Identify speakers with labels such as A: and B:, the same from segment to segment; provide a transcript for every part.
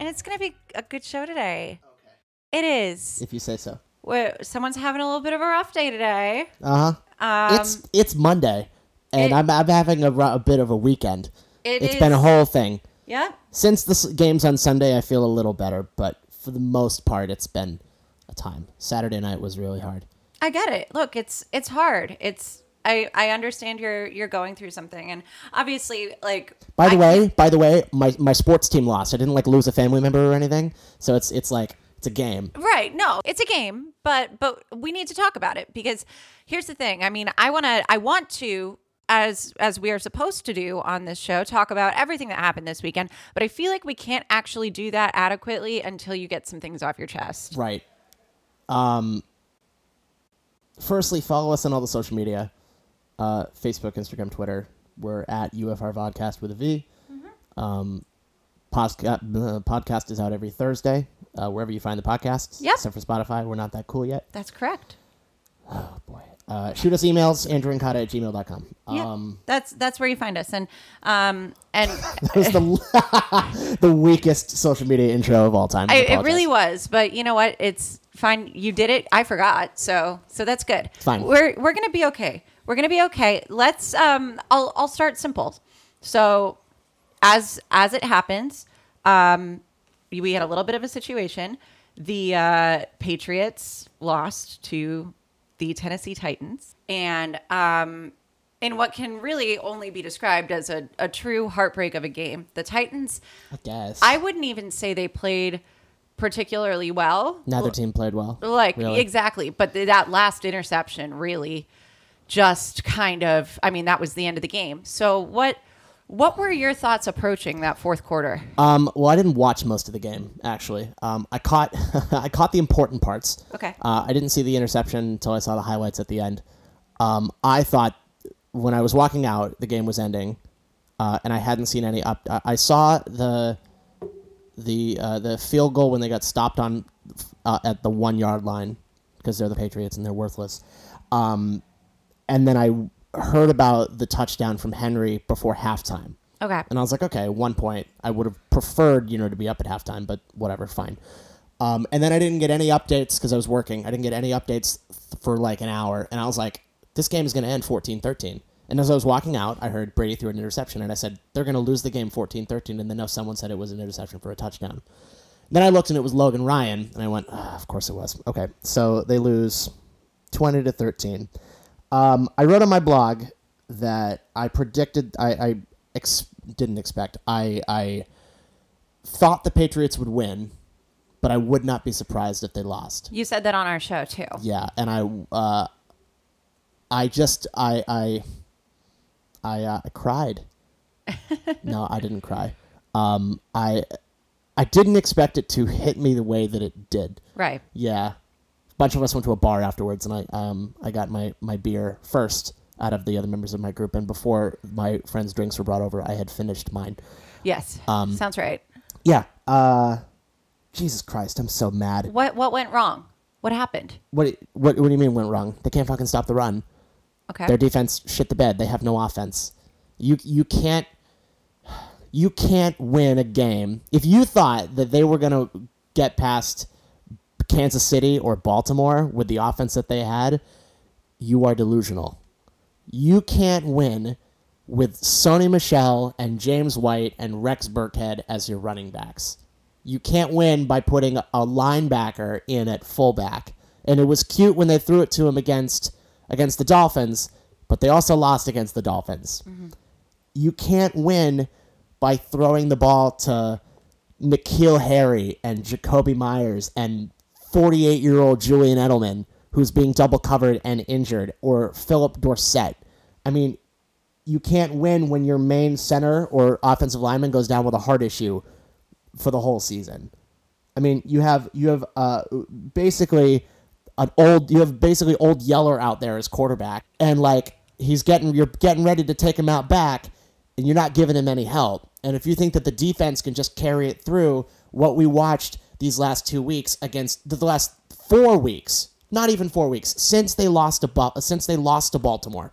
A: and it's gonna be a good show today. It is.
B: if you say so.
A: We're, someone's having a little bit of a rough day today.
B: Uh huh.
A: Um,
B: it's it's Monday, and
A: it-
B: I'm I'm having a, ru- a bit of a weekend.
A: it
B: It's
A: is-
B: been a whole thing
A: Yeah.
B: since the s- games on Sunday. I feel a little better, but for the most part, it's been a time. Saturday night was really hard.
A: I get it. Look, it's it's hard. It's I I understand you're you're going through something, and obviously, like
B: By the
A: I-
B: way, by the way, my my sports team lost. I didn't like lose a family member or anything, so it's it's like it's a game.
A: Right. No, it's a game, but but we need to talk about it because here's the thing. I mean, I want to I want to as as we are supposed to do on this show talk about everything that happened this weekend, but I feel like we can't actually do that adequately until you get some things off your chest.
B: Right. Um, firstly, follow us on all the social media uh, Facebook, Instagram, Twitter. We're at UFR Vodcast with a V.
A: Mm-hmm.
B: Um, posca- uh, podcast is out every Thursday, uh, wherever you find the podcasts.
A: Yep.
B: Except for Spotify. We're not that cool yet.
A: That's correct.
B: Boy. Uh, shoot us emails, andrewincada at gmail.com.
A: Yeah.
B: Um,
A: that's that's where you find us and um and
B: that was the, the weakest social media intro of all time.
A: I,
B: I
A: it really
B: apologize.
A: was, but you know what? It's fine. You did it. I forgot, so so that's good.
B: Fine.
A: We're we're gonna be okay. We're gonna be okay. Let's um. I'll I'll start simple. So, as as it happens, um, we had a little bit of a situation. The uh, Patriots lost to the Tennessee Titans, and um, in what can really only be described as a, a true heartbreak of a game, the Titans.
B: I guess.
A: I wouldn't even say they played particularly well.
B: Neither team played well.
A: Like
B: Really.
A: exactly, but th- that last interception really just kind of I mean that was the end of the game. So what what were your thoughts approaching that fourth quarter?
B: Um, well, I didn't watch most of the game actually. Um, I caught I caught the important parts.
A: Okay.
B: Uh, I didn't see the interception until I saw the highlights at the end. Um, I thought when I was walking out, the game was ending, uh, and I hadn't seen any up. I, I saw the the uh, the field goal when they got stopped on uh, at the one yard line because they're the Patriots and they're worthless. Um, and then I heard about the touchdown from Henry before halftime.
A: Okay.
B: And I was like, okay, one point. I would have preferred, you know, to be up at halftime, but whatever, fine. Um, and then I didn't get any updates because I was working. I didn't get any updates th- for like an hour. And I was like, this game is going to end 14 13. And as I was walking out, I heard Brady threw an interception. And I said, they're going to lose the game 14 13. And then no, someone said it was an interception for a touchdown. Then I looked and it was Logan Ryan. And I went, ah, of course it was. Okay. So they lose 20 to 13. Um, I wrote on my blog that I predicted, I, I ex- didn't expect, I, I thought the Patriots would win, but I would not be surprised if they lost.
A: You said that on our show too.
B: Yeah, and I, uh, I just, I, I, I, uh, I cried. no, I didn't cry. Um, I, I didn't expect it to hit me the way that it did.
A: Right.
B: Yeah. A bunch of us went to a bar afterwards, and I um I got my my beer first out of the other members of my group, and before my friends' drinks were brought over, I had finished mine.
A: Yes.
B: Um,
A: Sounds right.
B: Yeah. Uh, Jesus Christ, I'm so mad.
A: What what went wrong? What happened?
B: What what what do you mean went wrong? They can't fucking stop the run.
A: Okay.
B: Their defense shit the bed. They have no offense. You you can't you can't win a game. If you thought that they were gonna get past Kansas City or Baltimore with the offense that they had, you are delusional. You can't win with Sony Michelle and James White and Rex Burkhead as your running backs. You can't win by putting a linebacker in at fullback. And it was cute when they threw it to him against against the Dolphins, but they also lost against the Dolphins. You can't win by throwing the ball to Nikhil Harry and Jacoby Myers and 48 year old Julian Edelman, who's being double covered and injured, or Philip Dorsett. I mean, you can't win when your main center or offensive lineman goes down with a heart issue for the whole season. I mean, you have you have uh, basically an old you have basically old Yeller out there as quarterback, and like he's getting you're getting ready to take him out back, and you're not giving him any help. And if you think that the defense can just carry it through, what we watched these last two weeks against the last four weeks, not even four weeks since they lost to Bal- since they lost to Baltimore,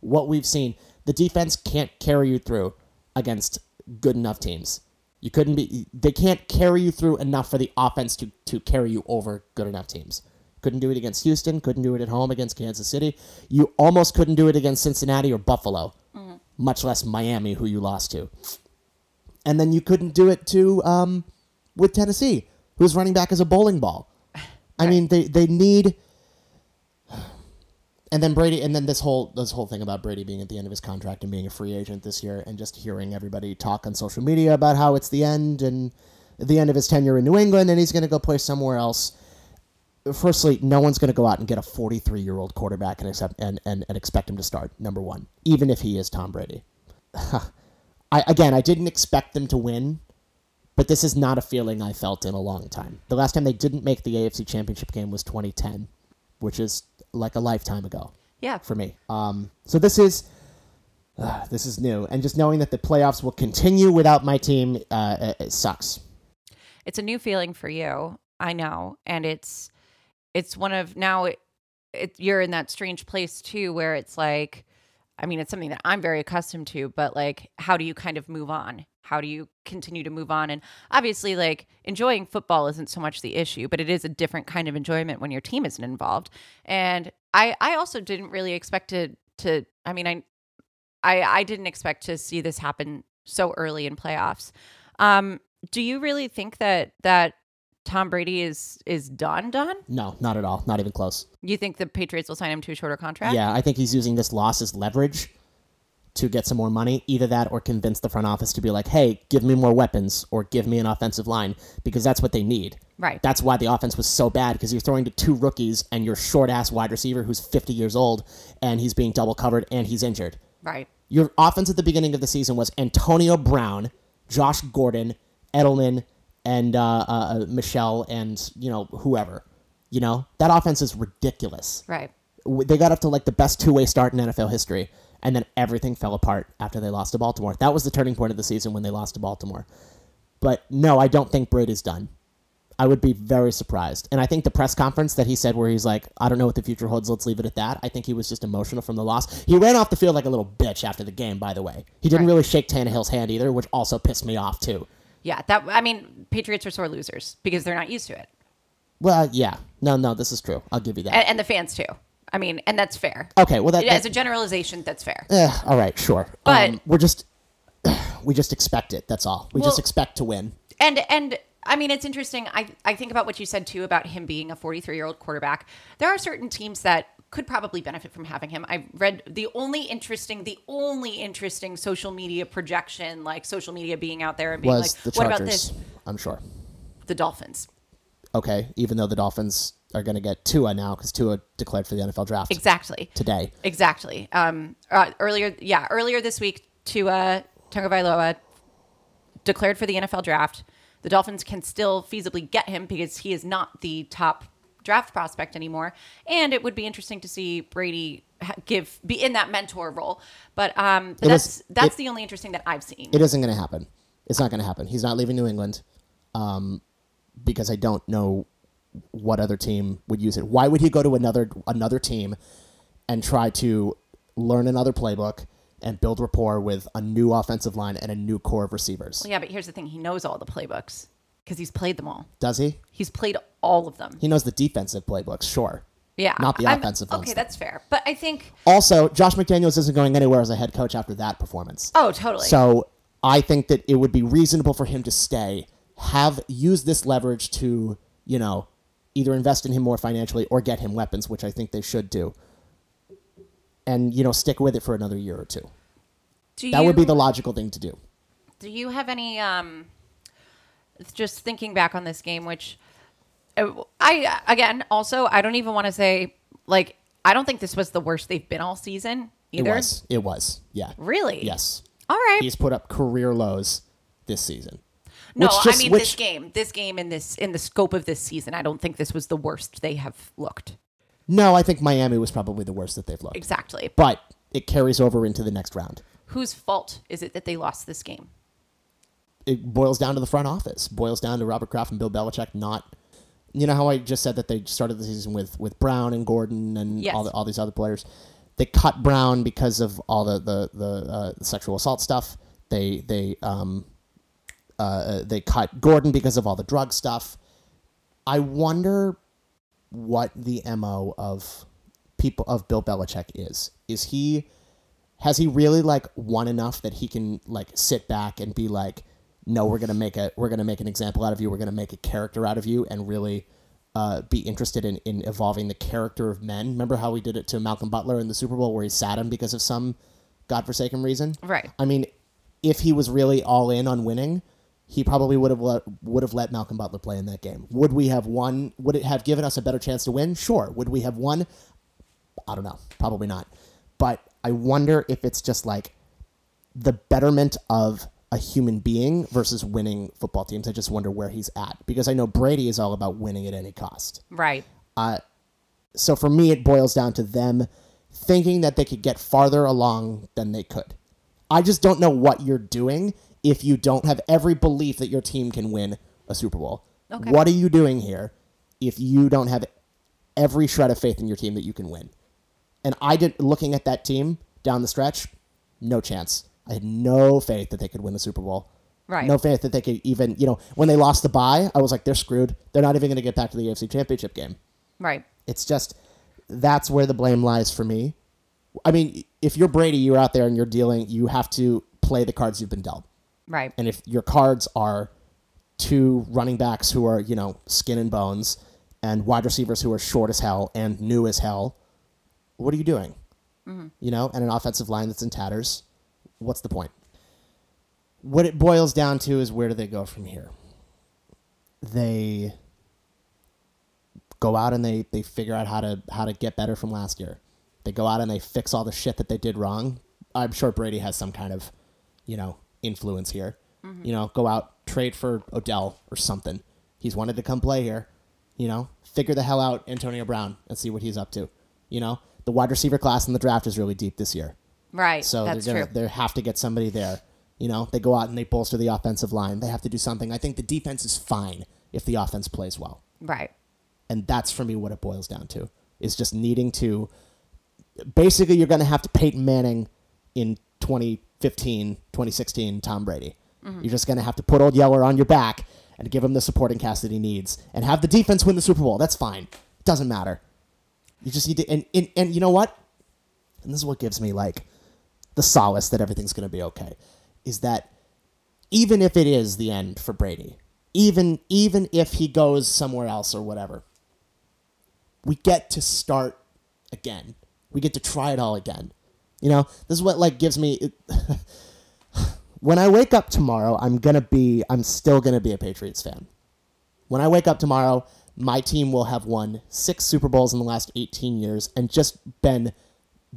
B: what we've seen, the defense can't carry you through against good enough teams. You couldn't be. They can't carry you through enough for the offense to to carry you over good enough teams. Couldn't do it against Houston. Couldn't do it at home against Kansas City. You almost couldn't do it against Cincinnati or Buffalo, much less Miami, who you lost to. And then you couldn't do it to um, with Tennessee, who's running back as a bowling ball. I mean, they they need. And then Brady, and then this whole this whole thing about Brady being at the end of his contract and being a free agent this year, and just hearing everybody talk on social media about how it's the end and the end of his tenure in New England, and he's going to go play somewhere else. Firstly, no one's going to go out and get a 43 year old quarterback and accept and, and, and expect him to start number one, even if he is Tom Brady. I again, I didn't expect them to win but this is not a feeling I felt in a long time. The last time they didn't make the AFC Championship game was 2010, which is like a lifetime ago
A: Yeah.
B: for me. Um, so this is ah, this is new, and just knowing that the playoffs will continue without my team uh, it- it sucks.
A: it's a new feeling for you i know and it's it's one of now it, it you're in that strange place too where it's like i mean it's something that i'm very accustomed to but like how do you kind of move on how do you continue to move on and obviously like enjoying football isn't so much the issue but it is a different kind of enjoyment when your team isn't involved and i i also didn't really expect to to i mean i i i didn't expect to see this happen so early in playoffs um do you really think that that Tom Brady is is done done?
B: No, not at all, not even close.
A: You think the Patriots will sign him to a shorter contract?
B: Yeah, I think he's using this loss as leverage to get some more money. Either that or convince the front office to be like, hey, give me more weapons or give me an offensive line because that's what they need.
A: Right.
B: That's why the offense was so bad because you're throwing to two rookies and your short ass wide receiver who's 50 years old and he's being double covered and he's injured.
A: right.
B: Your offense at the beginning of the season was Antonio Brown, Josh Gordon, Edelman, and uh, uh, Michelle, and you know whoever. You know that offense is ridiculous
A: Right.
B: w- they got up to like the best two way start in NFL history, and then everything fell apart after they lost to Baltimore. That was the turning point of the season when they lost to Baltimore. But no, I don't think Brady's done. I would be very surprised. And I think the press conference that he said, where he's like, I don't know what the future holds, let's leave it at that. I think he was just emotional from the loss. He ran off the field like a little bitch after the game, by the way. He didn't really shake Tannehill's hand either, which also pissed me off, too.
A: Yeah. That I mean, Patriots are sore losers because they're not used to it,
B: Well, yeah. No, no, this is true. I'll give you that.
A: and, and the fans too. I mean, and that's fair.
B: Okay, well, that,
A: As
B: that,
A: a generalization, that's fair.
B: Eh, all right, sure.
A: But-
B: um, we're just we just expect it. That's all. We
A: Well-
B: just expect to win.
A: and and I mean it's interesting. I I think about what you said too about him being a 43 year old quarterback. There are certain teams that could probably benefit from having him. I read the only interesting, the only interesting social media projection, like social media being out there and being
B: Was
A: like,
B: the
A: "What
B: Chargers?
A: about this?"
B: I'm sure.
A: The Dolphins,
B: Okay, even though the Dolphins are going to get Tua now because Tua declared for the NFL draft
A: exactly,
B: today.
A: exactly. Um, uh, earlier, yeah, earlier this week, Tua Tagovailoa declared for the NFL draft. The Dolphins can still feasibly get him because he is not the top draft prospect anymore. And it would be interesting to see Brady ha- give be in that mentor role. But um, but
B: It
A: that's
B: is-
A: that's
B: it-
A: the only interesting that I've seen.
B: It isn't going to happen. It's not going to happen. He's not leaving New England, um, because I don't know what other team would use it. Why would he go to another another team and try to learn another playbook and build rapport with a new offensive line and a new core of receivers?
A: yeah, but here's the thing: he knows all the playbooks because he's played them all.
B: Does he?
A: He's played all of them.
B: He knows the defensive playbooks, sure.
A: Yeah,
B: Not the
A: I'm-
B: offensive ones.
A: Okay, that's fair. But I think
B: Also, Josh McDaniels isn't going anywhere as a head coach after that performance.
A: oh, totally.
B: So I think that it would be reasonable for him to stay, have use this leverage to, you know, either invest in him more financially or get him weapons, which I think they should do. And, you know, stick with it for another year or two.
A: Do
B: That would be
A: you-
B: the logical thing to do.
A: Do you have any um just thinking back on this game which uh, I again also I don't even want to say like I don't think this was the worst they've been all season
B: It
A: either.
B: was. It was. Yeah.
A: Really?
B: Yes.
A: All right.
B: He's put up career lows this season.
A: no,
B: which just-
A: I mean this
B: which-
A: game, this game in this in the scope of this season, I don't think this was the worst they have looked.
B: No, I think Miami was probably the worst that they've looked.
A: Exactly.
B: but it carries over into the next round.
A: Whose fault is it that they lost this game?
B: It boils down to the front office. Boils down to Robert Kraft and Bill Belichick not. You know how I just said that they started the season with with Brown and Gordon and
A: Yes.
B: all the, all these other players. They cut Brown because of all the the the uh, sexual assault stuff. They they um uh, they cut Gordon because of all the drug stuff. I wonder what the mo of people of Bill Belichick is. Is he has he really like won enough that he can like sit back and be like, no, we're gonna make a we're gonna make an example out of you. We're gonna make a character out of you, and really uh, be interested in in evolving the character of men. Remember how we did it to Malcolm Butler in the Super Bowl, where he sat him because of some godforsaken reason.
A: Right.
B: I mean, if he was really all in on winning, he probably would have let, would have let Malcolm Butler play in that game. Would we have won? Would it have given us a better chance to win? Sure. Would we have won? I don't know. Probably not. But I wonder if it's just like the betterment of a human being versus winning football teams. I just wonder where he's at because I know Brady is all about winning at any cost.
A: Right.
B: So for me, it boils down to them thinking that they could get farther along than they could. I just don't know what you're doing if you don't have every belief that your team can win a Super Bowl.
A: Okay.
B: What are you doing here if you don't have every shred of faith in your team that you can win? And I did looking at that team down the stretch, no chance. I had no faith that they could win the Super Bowl.
A: Right.
B: No faith that they could even, you know, when they lost the bye, I was like, they're screwed. They're not even going to get back to the AFC Championship game.
A: Right.
B: It's just that's where the blame lies for me. I mean, if you're Brady, you're out there and you're dealing, you have to play the cards you've been dealt.
A: Right.
B: And if your cards are two running backs who are, you know, skin and bones and wide receivers who are short as hell and new as hell, what are you doing? You know, and an offensive line that's in tatters, what's the point? What it boils down to is where do they go from here? They go out and they, they figure out how to how to get better from last year. They go out and they fix all the shit that they did wrong. I'm sure Brady has some kind of, you know, influence here.
A: Mm-hmm.
B: You know, go out, trade for Odell or something. He's wanted to come play here. You know, figure the hell out Antonio Brown and see what he's up to. You know, the wide receiver class in the draft is really deep this year.
A: Right.
B: So
A: That's
B: they're gonna,
A: true.
B: they have to get somebody there. You know, they go out and they bolster the offensive line. They have to do something. I think the defense is fine if the offense plays well
A: Right.
B: and that's for me what it boils down to is just needing to basically you're going to have to Peyton Manning in 2015 2016 Tom Brady you're just going to have to put old Yeller on your back and give him the supporting cast that he needs and have the defense win the Super Bowl that's fine it doesn't matter you just need to and and, and you know what and this is what gives me like the solace that everything's going to be okay is that even if it is the end for Brady, even even if he goes somewhere else or whatever, we get to start again. We get to try it all again. You know, this is what like gives me. It, when I wake up tomorrow, I'm gonna be. I'm still gonna be a Patriots fan. When I wake up tomorrow, my team will have won six Super Bowls in the last 18 years and just been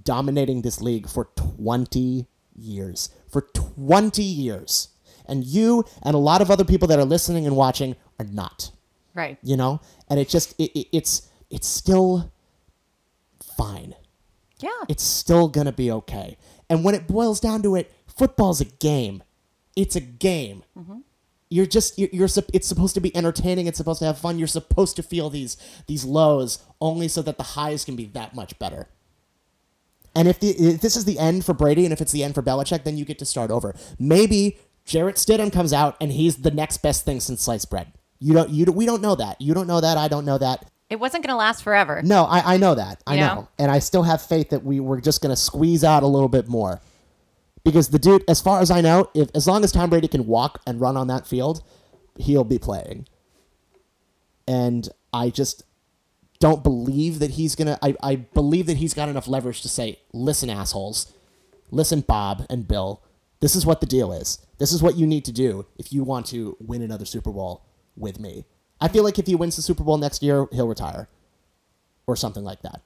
B: dominating this league for 20 years. For 20 years. And you and a lot of other people that are listening and watching are not,
A: Right.
B: you know? And it just, it, it, it's, it's still fine
A: Yeah.
B: it's still going to be okay. And when it boils down to it, football's a game. It's a game. You're just you're, you're sup- it's supposed to be entertaining. It's supposed to have fun. You're supposed to feel these these lows only so that the highs can be that much better. And if, the, if this is the end for Brady and if it's the end for Belichick, then you get to start over. Maybe Jarrett Stidham comes out and he's the next best thing since sliced bread. You don't you don't, we don't know that. You don't know that. I don't know that.
A: It wasn't going to last forever.
B: No, I, I know that. I
A: Yeah.
B: know. And I still have faith that we were just going to squeeze out a little bit more. Because the dude, as far as I know, if as long as Tom Brady can walk and run on that field, he'll be playing. And I just don't believe that he's going to. I I believe that he's got enough leverage to say, listen, assholes, listen, Bob and Bill, this is what the deal is. This is what you need to do if you want to win another Super Bowl with me. I feel like if he wins the Super Bowl next year, he'll retire or something like that.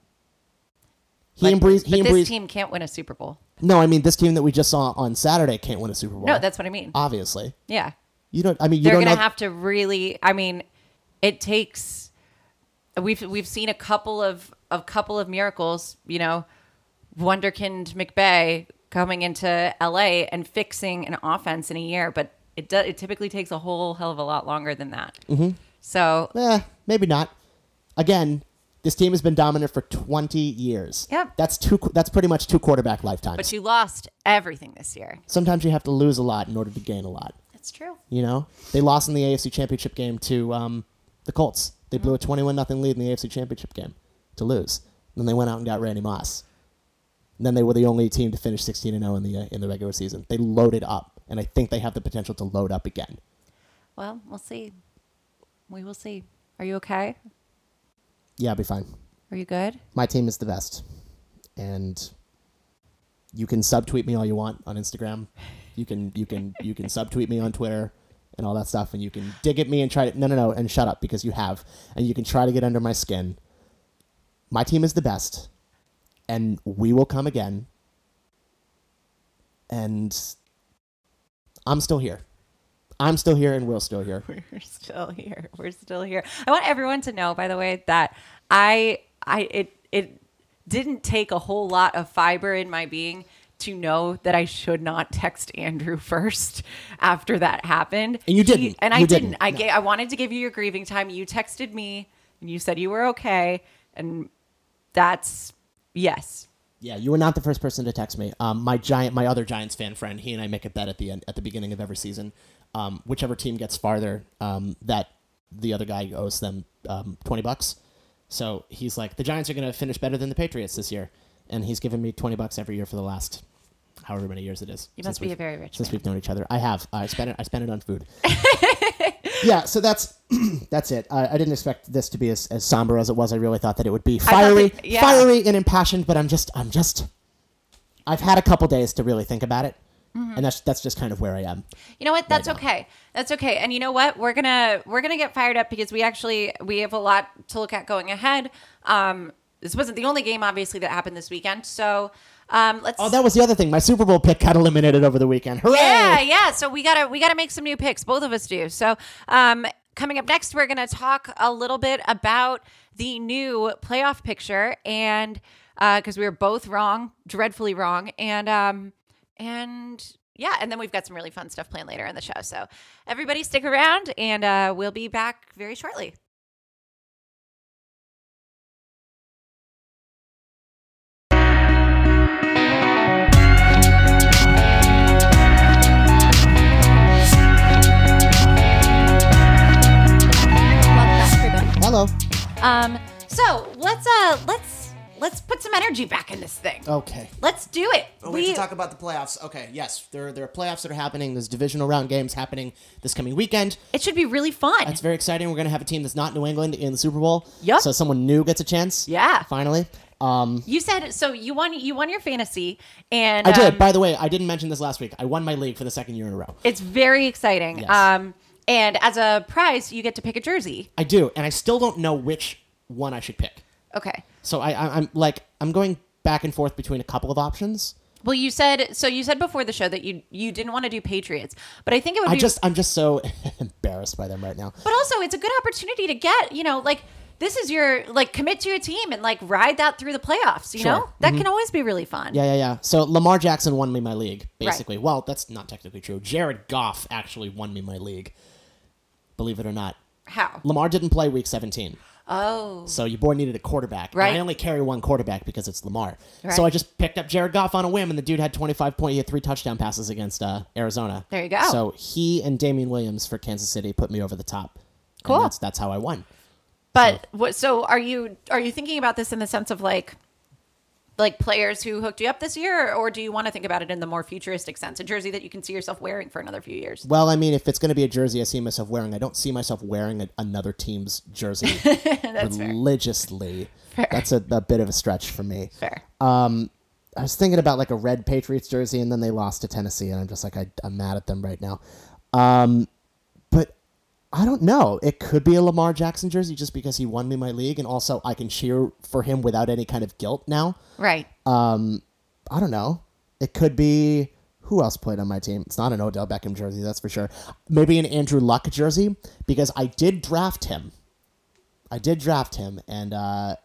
B: He and Breeze, he
A: But
B: and
A: this
B: Breeze.
A: team can't win a Super Bowl.
B: No, I mean this team that we just saw on Saturday can't win a Super Bowl.
A: No, that's what I mean.
B: obviously
A: Yeah.
B: Uh, you don't. I mean, you
A: They're
B: don't
A: going to
B: know-
A: have to really I mean, it takes we've we've seen a couple of a couple of miracles, you know, wonderkind McBay coming into LA and fixing an offense in a year, but it does it typically takes a whole hell of a lot longer than that.
B: Mm-hmm.
A: So,
B: Eh, maybe not. Again, this team has been dominant for twenty years.
A: Yep.
B: that's two. That's pretty much two quarterback lifetimes.
A: but you lost everything this year.
B: Sometimes you have to lose a lot in order to gain a lot.
C: It's true.
B: You know, they lost in the AFC Championship game to um, the Colts. They blew a 21 0 lead in the AFC Championship game to lose. Then they went out and got Randy Moss. And then they were the only team to finish 16 0 in the uh, in the regular season. They loaded up, and I think they have the potential to load up again.
A: Well, we'll see. We will see. Are you okay?
B: Yeah, I'll be fine.
A: Are you good?
B: My team is the best, and you can subtweet me all you want on Instagram. You can you can you can subtweet me on Twitter and all that stuff, and you can dig at me and try to no no no and shut up because you have, and you can try to get under my skin. My team is the best, and we will come again. And I'm still here. I'm still here, and we're still here.
A: we're still here. We're still here. I want everyone to know, by the way, that I, I, it, it didn't take a whole lot of fiber in my being to know that I should not text Andrew first after that happened.
B: And you didn't.
A: and I
B: You
A: didn't.
B: didn't.
A: I
B: No.
A: ga- I wanted to give you your grieving time. You texted me and you said you were okay, and that's yes.
B: Yeah, you were not the first person to text me. Um, my giant, my other Giants fan friend, he and I make a bet at the end, at the beginning of every season. Um, whichever team gets farther, um, that the other guy owes them um, twenty bucks. So he's like, the Giants are going to finish better than the Patriots this year, and he's given me twenty bucks every year for the last however many years it is.
A: You
B: since
A: must be
B: we've-
A: a very rich
B: since
A: man.
B: we've known each other. I have. I spent it. I spent it on food. yeah. So that's that's it. I, I didn't expect this to be as, as somber as it was. I really thought that it would be
A: thought
B: fiery,
A: that- yeah.
B: fiery and impassioned. But I'm just, I'm just, I've had a couple days to really think about it,
A: Mm-hmm.
B: and that's that's just kind of where I am.
A: You know what? That's
B: now.
A: okay. That's okay. And you know what? We're gonna we're gonna get fired up because we actually we have a lot to look at going ahead. Um, this wasn't the only game, obviously, that happened this weekend. So um, let's.
B: Oh, that was the other thing. My Super Bowl pick got eliminated over the weekend. Hooray!
A: yeah, yeah. So we gotta we gotta make some new picks. Both of us do. So um, coming up next, we're gonna talk a little bit about the new playoff picture and because we were both wrong, dreadfully wrong, and um, and yeah, and then we've got some really fun stuff planned later in the show. So everybody stick around, and uh, we'll be back very shortly.
B: Hello.
A: Um, so let's uh let's let's put some energy back in this thing.
B: Okay.
A: Let's do it.
B: Oh, we, have to talk about the playoffs. Okay, yes, there there are playoffs that are happening. There's divisional round games happening this coming weekend.
A: it should be really fun.
B: That's very exciting. We're gonna have a team that's not New England in the Super Bowl.
A: Yup.
B: So someone new gets a chance.
A: Yeah.
B: Finally. Um,
A: You said so. You won. You won your fantasy, and
B: I did.
A: um,
B: By the way, I didn't mention this last week. I won my league for the second year in a row.
A: it's very exciting.
B: Yes.
A: Um, and as a prize, you get to pick a jersey.
B: I do, and I still don't know which one I should pick.
A: Okay.
B: So I, I I'm like I'm going back and forth between a couple of options.
A: Well, you said so. You said before the show that you you didn't want to do Patriots, but I think it would
B: I
A: be.
B: just I'm just so embarrassed by them right now.
A: but also, it's a good opportunity to get you know like this is your like commit to a team and like ride that through the playoffs. You
B: Sure. Mm-hmm.
A: know that can always be really fun.
B: Yeah, yeah, yeah. So Lamar Jackson won me my league, basically. Well, that's not technically true. Jared Goff actually won me my league. Believe it or not.
A: How?
B: Lamar didn't play week 17.
A: Oh,
B: So your boy needed a quarterback. And
A: Right.
B: I only carry one quarterback because it's Lamar.
A: Right.
B: So I just picked up Jared Goff on a whim, and the dude had 25 point, he had three touchdown passes against uh, Arizona.
A: There you go.
B: So he and Damian Williams for Kansas City put me over the top. And
A: Cool.
B: that's, that's how I won.
A: but what? So are you are you thinking about this in the sense of like? Like players who hooked you up this year, or do you want to think about it in the more futuristic sense? A jersey that you can see yourself wearing for another few years.
B: Well, I mean, if it's going to be a jersey I see myself wearing, I don't see myself wearing a, another team's jersey religiously. That's a, a bit of a stretch for me.
A: Fair.
B: Uh, I was thinking about like a red Patriots jersey, and then they lost to Tennessee, and I'm just like, I, I'm mad at them right now. Um, but I don't know. It could be a Lamar Jackson jersey just because he won me my league, and also I can cheer for him without any kind of guilt now.
A: Right.
B: uh, I don't know. It could be who else played on my team? It's not an Odell Beckham jersey, that's for sure. Maybe an Andrew Luck jersey because I did draft him. I did draft him, and uh,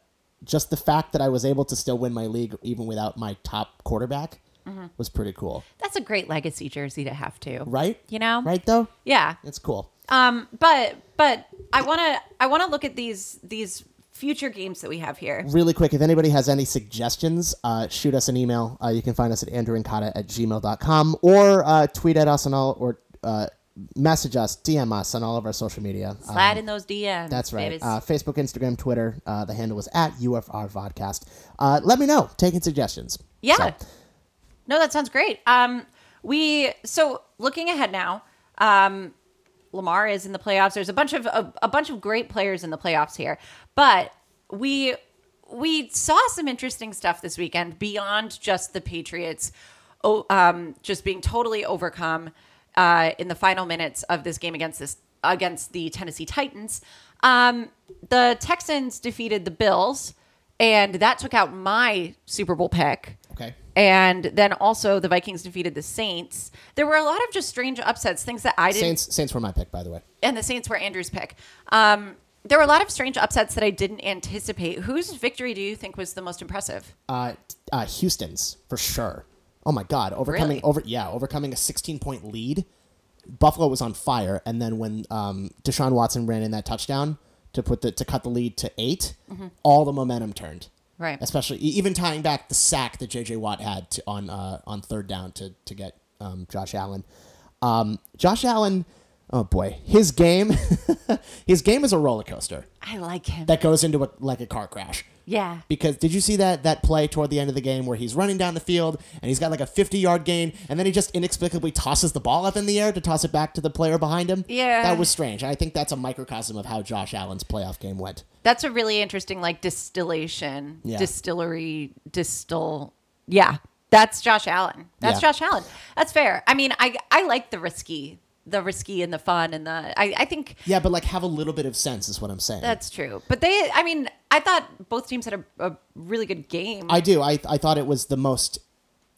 B: just the fact that I was able to still win my league even without my top quarterback
A: Mm-hmm.
B: was pretty cool,
A: That's a great legacy jersey to have too.
B: right?
A: You know?
B: right though,
A: Yeah.
B: it's cool.
A: Um but but I want to I want to look at these these future games that we have here.
B: Really quick, if anybody has any suggestions, uh, shoot us an email. Uh, you can find us at andrewincata at gmail.com or uh, tweet at us and I'll, or uh, message us, DM us on all of our social media. Um,
A: Slide in those DMs.
B: That's right.
A: babies.
B: Uh, Facebook, Instagram, Twitter. Uh, the handle was at UFR Vodcast. Uh, let me know. Taking suggestions.
A: Yeah.
B: So,
A: No, that sounds great. Um, we so looking ahead now. Um, Lamar is in the playoffs. There's a bunch of a, a bunch of great players in the playoffs here, but we we saw some interesting stuff this weekend beyond just the Patriots, oh, um, just being totally overcome uh, in the final minutes of this game against this against the Tennessee Titans. Um, the Texans defeated the Bills, and that took out my Super Bowl pick.
B: okay.
A: And then also the Vikings defeated the Saints. There were a lot of just strange upsets, things that I didn't
B: Saints, Saints were my pick, by the way.
A: and the Saints were Andrew's pick. Um, there were a lot of strange upsets that I didn't anticipate. Whose victory do you think was the most impressive?
B: Uh, t- uh, Houston's for sure. Oh my God, overcoming
A: Really?
B: over yeah, overcoming a 16 point lead. Buffalo was on fire, and then when um, Deshaun Watson ran in that touchdown to put the to cut the lead to 8 all the momentum turned.
A: Mm-hmm. Right.
B: Especially e- even tying back the sack that J.J. Watt had to, on uh, on third down to to get um, Josh Allen. Um, Josh Allen, oh boy, his game, his game is a roller coaster
A: I like him.
B: that goes into a, like a car crash
A: yeah.
B: because did you see that that play toward the end of the game where he's running down the field and he's got like a 50 yard gain and then he just inexplicably tosses the ball up in the air to toss it back to the player behind him
A: Yeah.
B: that was strange i think that's a microcosm of how josh allen's playoff game went
A: That's a really interesting like distillation,
B: Yeah.
A: distillery, distill. Yeah. That's Josh Allen. That's
B: Yeah.
A: Josh Allen. That's fair. I mean, I I like the risky, the risky and the fun and the I, I think
B: yeah but like have a little bit of sense is what i'm saying
A: that's true. But they I mean, I thought both teams had a, a really good game.
B: i do I, I thought it was the most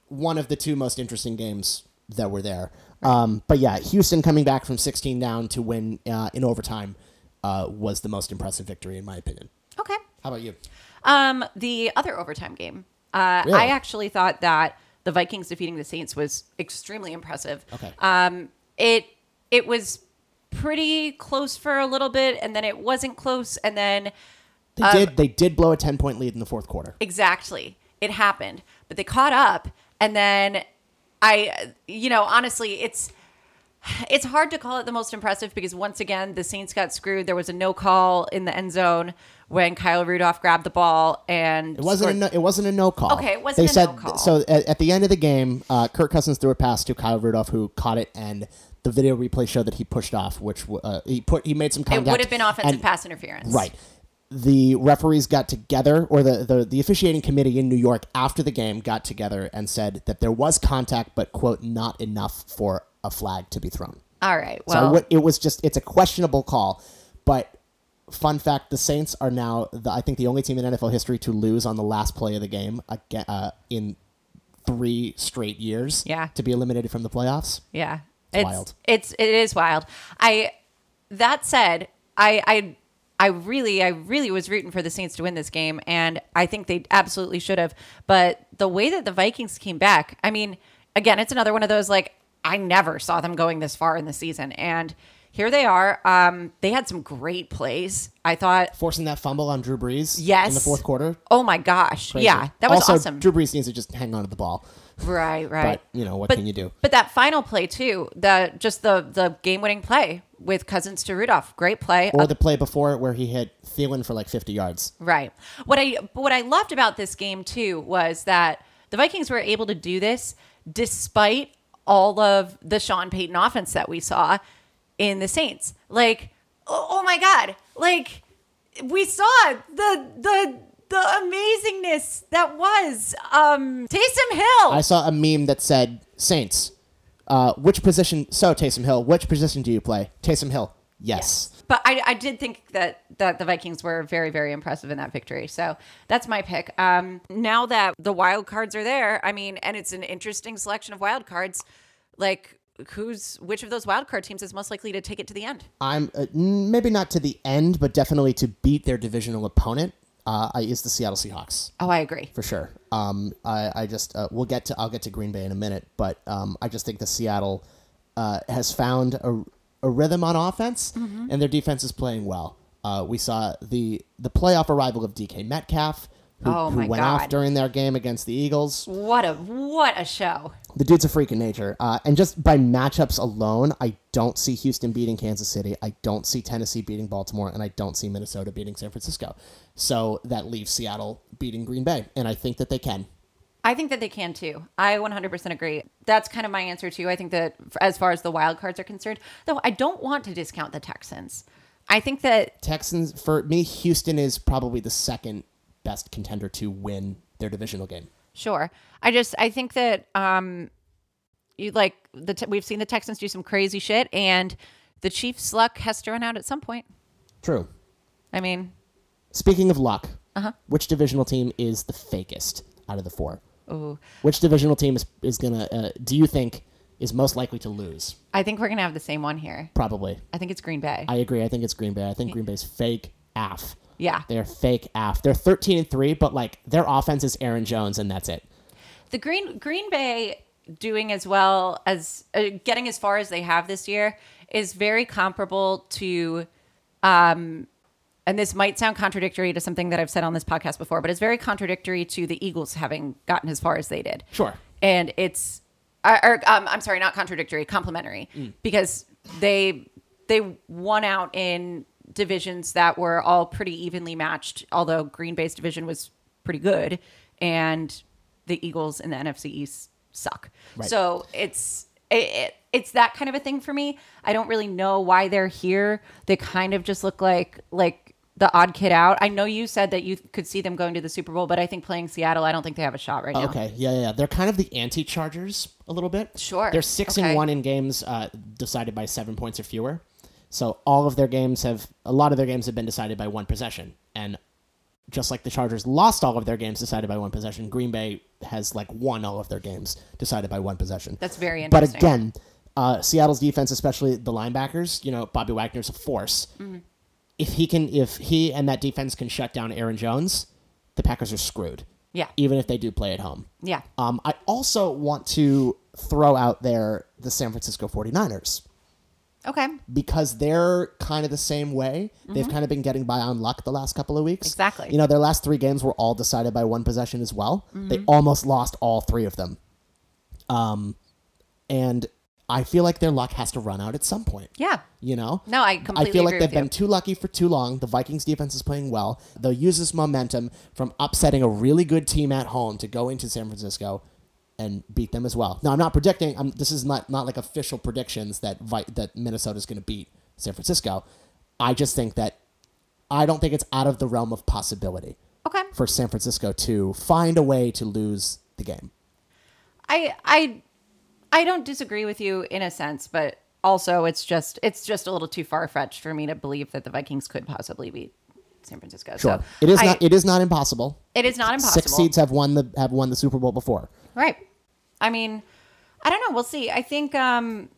B: one of the two most interesting games that were there um, but yeah houston coming back from 16 down to win uh, in overtime uh, was the most impressive victory in my opinion
A: okay.
B: how about you
A: Um, the other overtime game. Uh,
B: Really?
A: I actually thought that the Vikings defeating the Saints was extremely impressive.
B: Okay.
A: Um, it it was pretty close for a little bit, and then it wasn't close, and then
B: They
A: Uh,
B: did. They did blow a ten point lead in the fourth quarter.
A: exactly it happened, but they caught up, and then I, you know, honestly, it's. It's hard to call it the most impressive because once again the Saints got screwed. There was a no call in the end zone when Kyle Rudolph grabbed the ball and
B: It wasn't. A no, it wasn't a no call.
A: Okay, it wasn't
B: They
A: a
B: said
A: no call.
B: so. At, at the end of the game, uh, Kirk Cousins threw a pass to Kyle Rudolph, who caught it, and the video replay showed that he pushed off, which w- uh, he put. He made some
A: It
B: contact.
A: would have been offensive
B: and-
A: pass interference.
B: Right. The referees got together, or the, the, the officiating committee in New York after the game got together and said that there was contact, but, quote, not enough for a flag to be thrown.
A: All right.
B: So I
A: Well,
B: would- it was just it's a questionable call, but fun fact: the Saints are now the, I think the only team in NFL history to lose on the last play of the game aga uh, in three straight years.
A: Yeah.
B: to be eliminated from the playoffs.
A: yeah. It's
B: wild.
A: It's it is wild. I that said, I I I really I really was rooting for the Saints to win this game and I think they absolutely should have. But the way that the Vikings came back, I mean, again, it's another one of those like I never saw them going this far in the season and here they are. Um, they had some great plays. I thought,
B: Forcing that fumble on Drew Brees. in the
A: Yes.
B: fourth quarter.
A: oh my gosh, yeah, that was
B: also,
A: awesome.
B: Drew Brees needs to just hang on to the ball,
A: right, right.
B: but you know what can you do?
A: But uh, that final play too, the just the the game winning play with Cousins to Rudolph, great play. Uh,
B: Or the play before it where he hit Thielen for like fifty yards.
A: Right. What I what I loved about this game too was that the Vikings were able to do this despite all of the Sean Payton offense that we saw in the Saints. Like, oh, oh my God! Like, we saw the the the amazingness that was um Taysom Hill.
B: I saw a meme that said Saints. Uh, which position? So Taysom Hill. Which position do you play? Taysom Hill. Yes.
A: But I, I did think that that the Vikings were very, very impressive in that victory. So that's my pick. Um, now that the wild cards are there, I mean, and it's an interesting selection of wild cards. Like, who's which of those wild card teams is most likely to take it to the end?
B: I'm uh, n- maybe not to the end, but definitely to beat their divisional opponent. Uh, I- is the Seattle Seahawks
A: Oh, I agree.
B: for sure. Um, I, I just uh, we'll get to I'll get to Green Bay in a minute, but um, I just think the Seattle uh, has found a, a rhythm on offense,
A: Mm-hmm.
B: and their defense is playing well. Uh, we saw the the playoff arrival of DK Metcalf, who,
A: Oh
B: who
A: my
B: went
A: God.
B: off during their game against the Eagles.
A: What a what a show.
B: The dude's a freak in nature. Uh, and just by matchups alone, I don't see Houston beating Kansas City. I don't see Tennessee beating Baltimore. And I don't see Minnesota beating San Francisco. So that leaves Seattle beating Green Bay. And I think that they can.
A: I think that they can too. I 100% agree. That's kind of my answer too. I think that f- as far as the wild cards are concerned, though, I don't want to discount the Texans. I think that
B: Texans, for me, Houston is probably the second best contender to win their divisional game.
A: sure. I just I think that um, you like the te- we've seen the Texans do some crazy shit, and the Chiefs' luck has to run out at some point.
B: True.
A: I mean,
B: Speaking of luck, which divisional team is the fakest out of the four?
A: ooh,
B: Which divisional team is, is going to, uh, do you think, is most likely to lose?
A: I think we're gonna have the same one here.
B: Probably.
A: I think it's Green Bay.
B: I agree. I think it's Green Bay. I think Green Bay's fake AF.
A: yeah,
B: They're fake AF. They're 13 and 3, but like their offense is Aaron Jones and that's it.
A: the Green Green Bay doing as well as uh, getting as far as they have this year is very comparable to um and this might sound contradictory to something that I've said on this podcast before, but it's very contradictory to the Eagles having gotten as far as they did.
B: Sure.
A: And it's or, or, um, I'm sorry, not contradictory, complementary
B: Mm.
A: because they they won out in divisions that were all pretty evenly matched, although Green Bay's division was pretty good and the Eagles in the NFC East suck.
B: Right.
A: So it's it, it, it's that kind of a thing for me. I don't really know why they're here. They kind of just look like like the odd kid out. I know you said that you could see them going to the Super Bowl, but I think playing Seattle, I don't think they have a shot right now.
B: Okay. Yeah, yeah, yeah. They're kind of the anti Chargers a little bit.
A: Sure.
B: They're 6
A: Okay.
B: and 1 in games uh, decided by seven points or fewer. So all of their games have, a lot of their games have been decided by one possession. And just like the Chargers lost all of their games decided by one possession, Green Bay has like won all of their games decided by one possession.
A: That's very
B: But
A: interesting.
B: again, uh, Seattle's defense, especially the linebackers, you know, Bobby Wagner's a force.
A: Mm-hmm.
B: If he can, if he and that defense can shut down Aaron Jones, the Packers are screwed.
A: Yeah.
B: Even if they do play at home.
A: Yeah.
B: Um, I also want to throw out there the San Francisco 49ers
A: Okay.
B: because they're kind of the same way. They've kind of been getting by on luck the last couple of weeks.
A: Exactly.
B: You know, their last three games were all decided by one possession as well. They almost lost all three of them. Um, and I feel like their luck has to run out at some point.
A: Yeah.
B: You know?
A: No, I
B: I
A: completely
B: feel like
A: agree
B: they've
A: with you.
B: been too lucky for too long. The Vikings defense is playing well. They'll use this momentum from upsetting a really good team at home to go into San Francisco and beat them as well. Now, I'm not predicting. I'm, this is not, not like official predictions that Vi- that Minnesota's going to beat San Francisco. I just think that I don't think it's out of the realm of possibility
A: Okay.
B: for San Francisco to find a way to lose the game.
A: I I I don't disagree with you in a sense, but also it's just it's just a little too far fetched for me to believe that the Vikings could possibly beat San Francisco. So
B: it is
A: I-
B: not. It is not impossible.
A: it is not impossible.
B: Six seeds have won the have won the Super Bowl before.
A: Right. I mean, I don't know. We'll see. I think um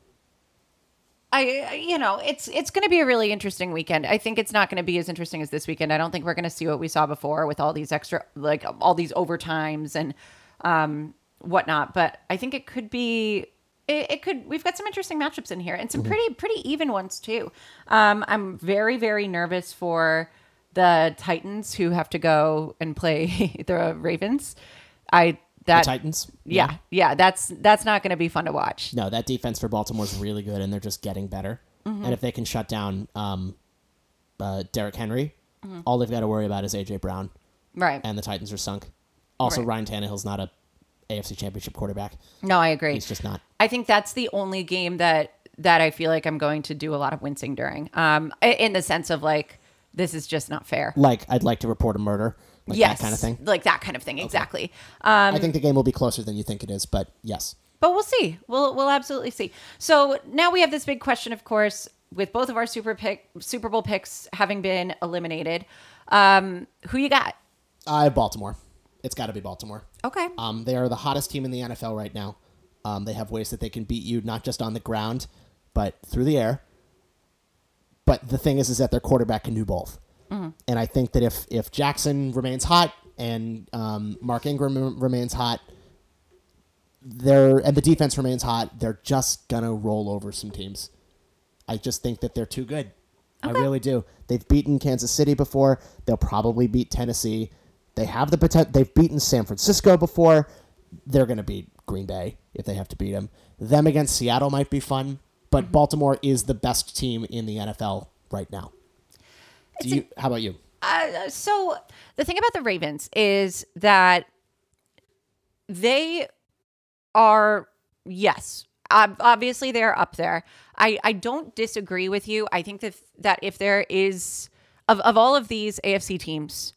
A: I I- you know, it's it's going to be a really interesting weekend. I think it's not going to be as interesting as this weekend. I don't think we're going to see what we saw before with all these extra like all these overtimes and um whatnot, but I think it could be it, it could we've got some interesting matchups in here and some pretty pretty even ones too. Um I'm very very nervous for the Titans who have to go and play the Ravens. I that
B: Titans.
A: yeah, yeah, that's that's not going to be fun to watch.
B: No, that defense for Baltimore is really good, and they're just getting better.
A: Mm-hmm.
B: And if they can shut down um, uh, Derrick Henry,
A: Mm-hmm.
B: all they've got to worry about is AJ Brown,
A: Right.
B: and the Titans are sunk. Also,
A: Right.
B: Ryan Tannehill's not a AFC Championship quarterback.
A: No, I agree.
B: He's just not.
A: I think that's the only game that that I feel like I'm going to do a lot of wincing during. Um i- in the sense of like this is just not fair.
B: Like I'd like to report a murder, like
A: yes.
B: that kind of thing.
A: Like that kind of thing. Exactly. Um,
B: I think the game will be closer than you think it is, but yes,
A: but we'll see. We'll we'll absolutely see. So now we have this big question, of course, with both of our super pick Super Bowl picks having been eliminated. Um, who you got?
B: I have Baltimore. It's got to be Baltimore.
A: Okay.
B: Um, they are the hottest team in the NFL right now. Um, they have ways that they can beat you not just on the ground, but through the air. But the thing is, is that their quarterback can do both. And I think that if if Jackson remains hot and um, Mark Ingram remains hot, they're and the defense remains hot, they're just gonna roll over some teams. I just think that they're too good. I really do. They've beaten Kansas City before. They'll probably beat Tennessee. They have the potential. They've beaten San Francisco before. They're going to beat Green Bay if they have to beat them. Them against Seattle might be fun,
A: Mm-hmm.
B: but Baltimore is the best team in the NFL right now. Do you, how about you?
A: Uh, so the thing about the Ravens is that they are yes, ob- obviously they're up there. I I don't disagree with you. I think that that if there is of of all of these AFC teams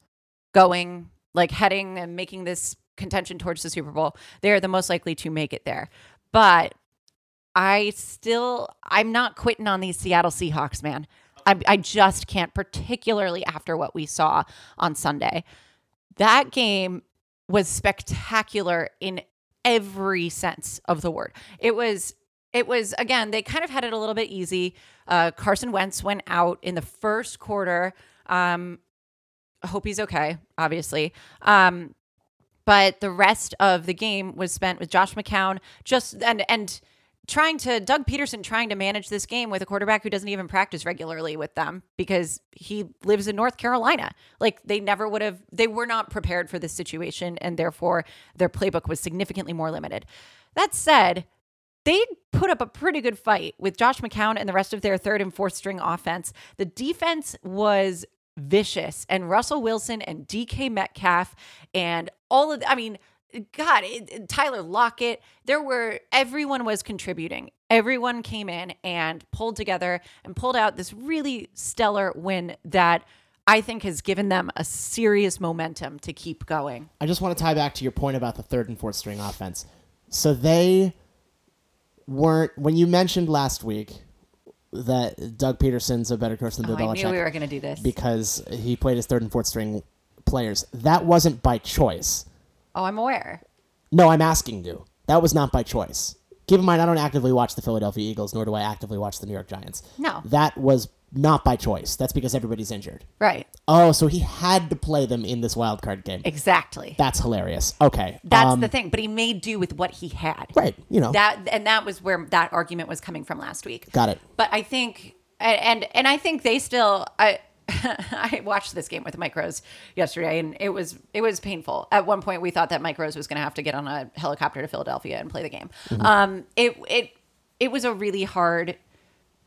A: going like heading and making this contention towards the Super Bowl, they are the most likely to make it there. But I still I'm not quitting on these Seattle Seahawks, man. I I just can't, particularly after what we saw on Sunday. That game was spectacular in every sense of the word. It was it was again, they kind of had it a little bit easy. Uh, Carson Wentz went out in the first quarter. Um, I hope he's okay, obviously. Um, but the rest of the game was spent with Josh McCown just and and trying to Doug Peterson trying to manage this game with a quarterback who doesn't even practice regularly with them because he lives in North Carolina. Like they never would have they were not prepared for this situation and therefore their playbook was significantly more limited. That said, they put up a pretty good fight with Josh McCown and the rest of their third and fourth string offense. The defense was vicious and Russell Wilson and DK Metcalf and all of I mean God, it, it- Tyler Lockett, there were everyone was contributing. Everyone came in and pulled together and pulled out this really stellar win that I think has given them a serious momentum to keep going.
B: I just want to tie back to your point about the third and fourth string offense. So they weren't when you mentioned last week that Doug Peterson's a better coach than Bill
A: Oh, I
B: Belichick
A: knew we were going to do this.
B: because he played his third and fourth string players. That wasn't by choice.
A: oh, I'm aware.
B: No, I'm asking you. That was not by choice. Keep in mind, I don't actively watch the Philadelphia Eagles, nor do I actively watch the New York Giants.
A: No.
B: That was not by choice. That's because everybody's injured.
A: Right.
B: Oh, so he had to play them in this wild card game.
A: Exactly.
B: That's hilarious. Okay.
A: That's
B: Um,
A: the thing, but he made do with what he had.
B: right. You know,
A: That and that was where that argument was coming from last week.
B: got it.
A: but I think and and, and I think they still I I watched this game with Mike Rose yesterday and it was it was painful. At one point we thought that Mike Rose was going to have to get on a helicopter to Philadelphia and play the game.
B: Mm-hmm.
A: Um it it it was a really hard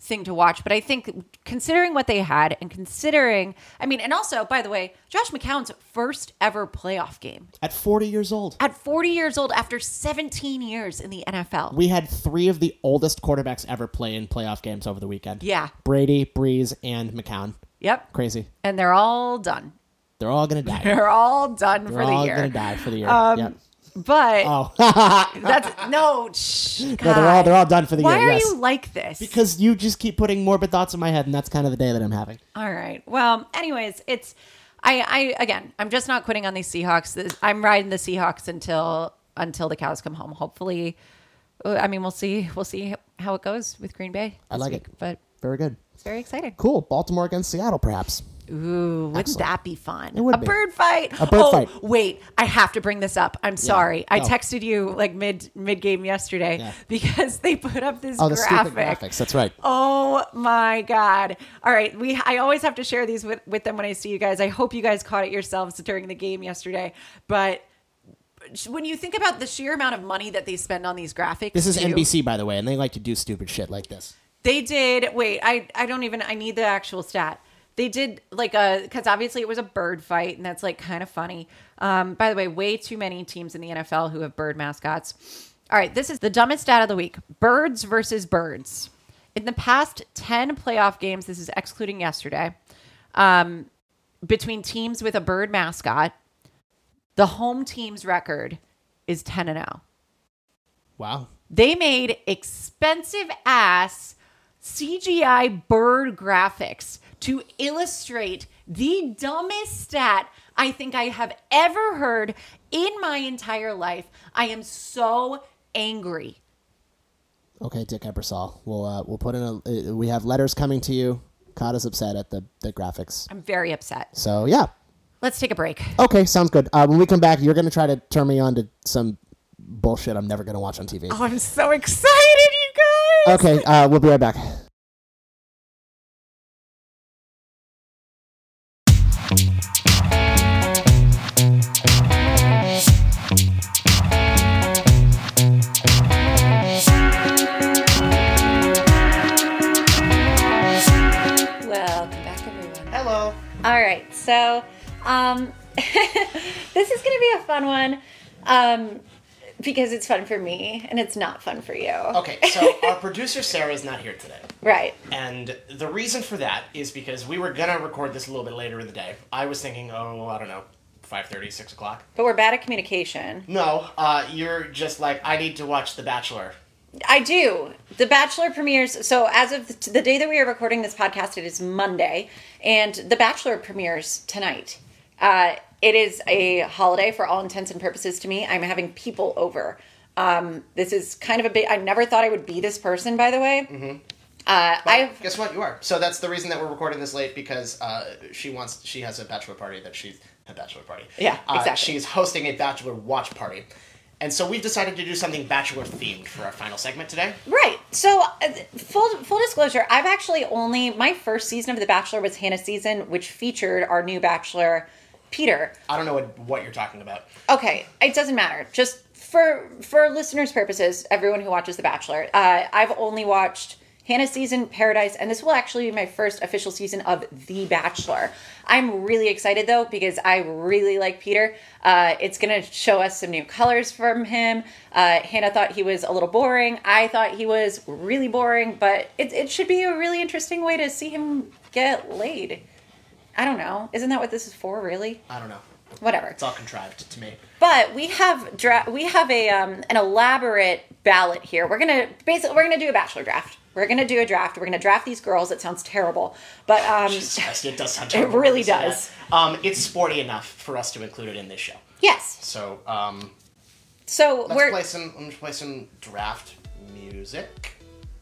A: thing to watch, but I think considering what they had and considering I mean and also by the way, Josh McCown's first ever playoff game
B: At 40 years old,
A: at 40 years old after 17 years in the NFL.
B: we had three of the oldest quarterbacks ever play in playoff games over the weekend.
A: yeah.
B: Brady, Breeze, and McCown.
A: Yep.
B: Crazy.
A: And they're all done.
B: They're all going to die.
A: They're all done
B: They're
A: for the
B: all
A: year. Um,
B: going to die for the year. yep.
A: But
B: Oh.
A: that's no. Shh,
B: No, they're all,
A: God.
B: they're all done for the
A: Why
B: year.
A: are
B: yes.
A: you like this?
B: Because you just keep putting morbid thoughts in my head, and that's kind of the day that I'm having.
A: all right. Well, anyways, it's I. I again, I'm just not quitting on these Seahawks. This- I'm riding the Seahawks until until the cows come home. Hopefully, uh, I mean, we'll see. We'll see how it goes with Green Bay.
B: I
A: this
B: like
A: week,
B: it.
A: but
B: Very good.
A: it's very exciting.
B: Cool. Baltimore against Seattle, perhaps.
A: Ooh, wouldn't that be fun?
B: would
A: a
B: be.
A: bird fight. A
B: bird
A: oh,
B: fight.
A: Wait, I have to bring this up. I'm sorry. I
B: No.
A: texted you like mid mid game yesterday
B: Yeah.
A: because they put up this
B: Oh, the
A: graphic.
B: stupid graphics. That's right.
A: Oh my God. All right. We I always have to share these with, with them when I see you guys. I hope you guys caught it yourselves during the game yesterday. But when you think about the sheer amount of money that they spend on these graphics,
B: This is
A: too,
B: NBC, by the way, and they like to do stupid shit like this.
A: They did wait, I I don't even I need the actual stat. They did like a because obviously it was a bird fight, and that's like kind of funny. Um, by the way, way too many teams in the NFL who have bird mascots. All right, this is the dumbest stat of the week: birds versus birds. In the past ten playoff games, this is excluding yesterday, um, between teams with a bird mascot, the home team's record is ten and oh. zero
B: Wow.
A: they made expensive ass CGI bird graphics to illustrate the dumbest stat I think I have ever heard in my entire life. I am so angry.
B: Okay, Dick Ebersol. We'll uh, we'll put in a. Uh, we have letters coming to you. Kata's upset at the the graphics.
A: I'm very upset.
B: So yeah.
A: Let's take a break.
B: Okay, sounds good. Uh, when we come back, you're gonna try to turn me on to some bullshit I'm never gonna watch on TV.
A: Oh, I'm so excited, you guys.
B: Okay, uh, we'll be right back.
A: right. So, um, this is going to be a fun one um, because it's fun for me and it's not fun for you.
D: Okay, so our producer Sarah is not here today.
A: Right.
D: And the reason for that is because we were gonna record this a little bit later in the day. I was thinking, oh, I don't know, 5.30, 6 o'clock.
A: But we're bad at communication.
D: No, uh, you're just like, I need to watch The Bachelor.
A: I do. The Bachelor premieres. So, as of the, the day that we are recording this podcast, it is Monday, and The Bachelor premieres tonight. Uh, it is a holiday for all intents and purposes to me. I'm having people over. Um, this is kind of a big. I never thought I would be this person, by the way. Uh, I've
D: Guess what? You are. So that's the reason that we're recording this late because uh, she wants, she has a bachelor party that she's, a bachelor party.
A: Yeah,
D: Uh,
A: exactly.
D: She's hosting a bachelor watch party. And so we've decided to do something bachelor themed for our final segment today.
A: Right. So, uh, full full disclosure, I've actually only my first season of The Bachelor was Hannah's season, which featured our new bachelor, Peter.
D: I don't know what, what you're talking about.
A: Okay, it doesn't matter. Just for for listeners' purposes, everyone who watches The Bachelor, uh, I've only watched Hannah's season, Paradise, and this will actually be my first official season of The Bachelor. I'm really excited though because I really like Peter. Uh, it's gonna show us some new colors from him. Uh, Hannah thought he was a little boring. I thought he was really boring, but it it should be a really interesting way to see him get laid. I don't know. Isn't that what this is for, really?
D: I don't know.
A: Whatever.
D: It's all contrived to me.
A: But we have dra- we have a um, an elaborate ballot here. We're gonna basically we're gonna do a bachelor draft. We're gonna do a draft. We're gonna draft these girls. It sounds terrible, but um,
D: Yes, it does sound terrible.
A: really
D: when you say
A: does.
D: that. Um, it's sporty enough for us to include it in this show.
A: yes.
D: So um,
A: So
D: let's
A: we're
D: play some. Let's play some draft music.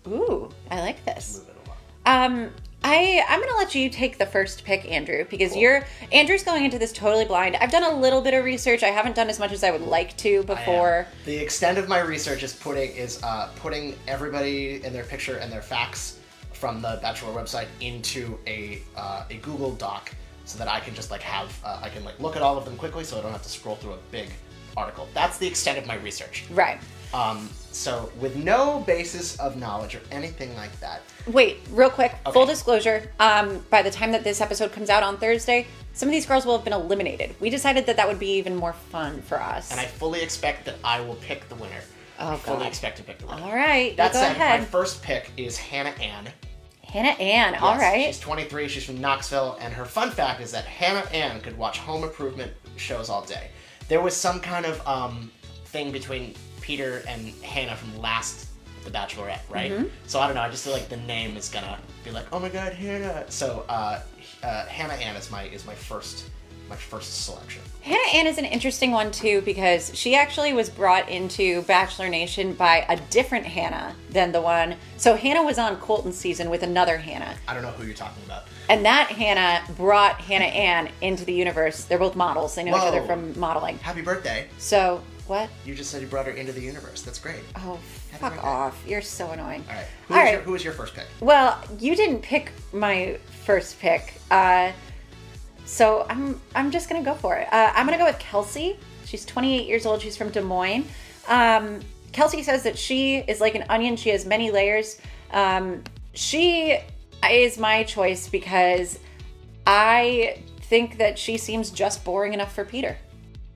A: ooh, I like this.
D: Move it along.
A: Um, I I'm gonna let you take the first pick, Andrew, because you're Andrew's going into this totally blind. I've done a little bit of research. I haven't done as much as I would like to
D: I am-
A: before.
D: the extent of my research is putting is uh, putting everybody and their picture and their facts from the Bachelor website into a uh, a Google Doc so that I can just like have uh, I can like look at all of them quickly so I don't have to scroll through a big article. That's the extent of my research.
A: Right.
D: Um, so with no basis of knowledge or anything like that.
A: Wait, real quick, full
D: Okay.
A: disclosure. Um, by the time that this episode comes out on Thursday, some of these girls will have been eliminated. We decided that that would be even more fun for us.
D: and I fully expect that I will pick the winner.
A: Oh,
D: I fully
A: God.
D: expect to pick the winner.
A: All right, you
D: That
A: go
D: said,
A: ahead.
D: my first pick is Hannah Ann.
A: Hannah Ann, all
D: Yes,
A: right.
D: She's 23. She's from Knoxville, and her fun fact is that Hannah Ann could watch Home Improvement shows all day. There was some kind of um, thing between Peter and Hannah from last The Bachelorette, right?
A: Mm-hmm.
D: So I don't know. I just feel like the name is gonna be like, oh my God, Hannah. So uh, uh, Hannah Ann is my is my first my first selection.
A: Hannah Ann is an interesting one too because she actually was brought into Bachelor Nation by a different Hannah than the one. So Hannah was on Colton season with another Hannah.
D: I don't know who you're talking about.
A: And that Hannah brought Hannah Ann into the universe. They're both models. They know each other
D: Whoa.
A: from modeling.
D: Happy birthday.
A: So, what?
D: You just said you brought her into the universe. That's great.
A: Oh,
D: All Have a
A: fuck
D: great day.
A: off. You're so annoying.
D: right. Who
A: All
D: was
A: right.
D: your, who was your first pick?
A: Well, you didn't pick my first pick. Uh, so I'm I'm just gonna go for it. Uh, I'm gonna go with Kelsey. She's 28 years old. She's from Des Moines. Um, Kelsey says that she is like an onion. She has many layers. Um, she is my choice because I think that she seems just boring enough for Peter,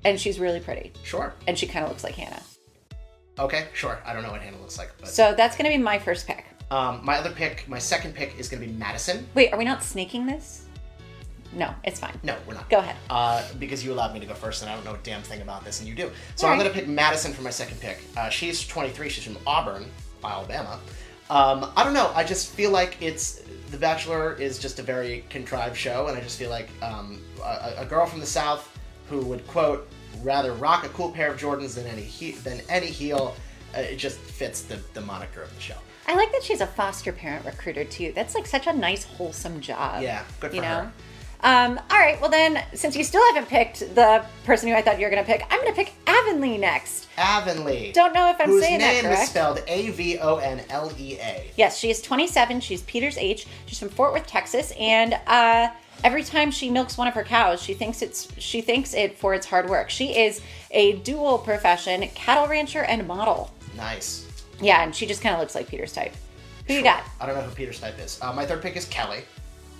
A: and she's really pretty,
D: Sure.
A: and she kind of looks like Hannah.
D: Okay, sure. I don't know what Hannah looks like, but
A: So that's gonna be my first pick.
D: um, my other pick, my second pick is going to be Madison.
A: Wait, are we not snaking this? No, it's fine.
D: No, we're not.
A: Go ahead.
D: Uh, because you allowed me to go first, and I don't know a damn thing about this, and you do. So
A: All
D: I'm
A: right.
D: going to pick Madison for my second pick. Uh, she's 23. She's from Auburn, Alabama. Um, I don't know. I just feel like it's The Bachelor is just a very contrived show, and I just feel like um, a, a girl from the South who would quote rather rock a cool pair of Jordans than any he- than any heel. Uh, it just fits the, the moniker of the show.
A: I like that she's a foster parent recruiter too. That's like such a nice, wholesome job.
D: Yeah, good for
A: you know.
D: her.
A: Um, all right, well then, since you still haven't picked the person who I thought you were gonna pick, I'm gonna pick Avonlea next.
D: Avonlea.
A: Don't know if I'm
D: whose
A: saying that
D: name is
A: correct.
D: spelled A V O N L E A.
A: Yes, she is 27. She's Peter's age. She's from Fort Worth, Texas, and uh, every time she milks one of her cows, she thinks it's she thanks it for its hard work. She is a dual profession cattle rancher and model.
D: Nice.
A: Yeah, and she just kind of looks like Peter's type. Who you got?
D: I don't know who Peter's type is. Uh, my third pick is Kelly.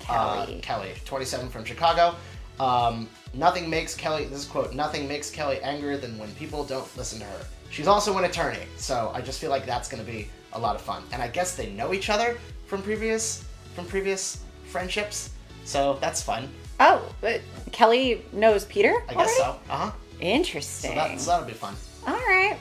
D: Kelly.
A: Kelly.
D: Kelly, 27 from Chicago. Um, nothing makes Kelly, this is a quote, nothing makes Kelly angrier than when people don't listen to her. She's also an attorney, so I just feel like that's going to be a lot of fun. And I guess they know each other from previous from previous friendships, so that's fun.
A: Oh, but Kelly knows Peter.
D: I guess
A: already?
D: so. Uh huh.
A: Interesting.
D: So, that, so that'll be fun.
A: All right.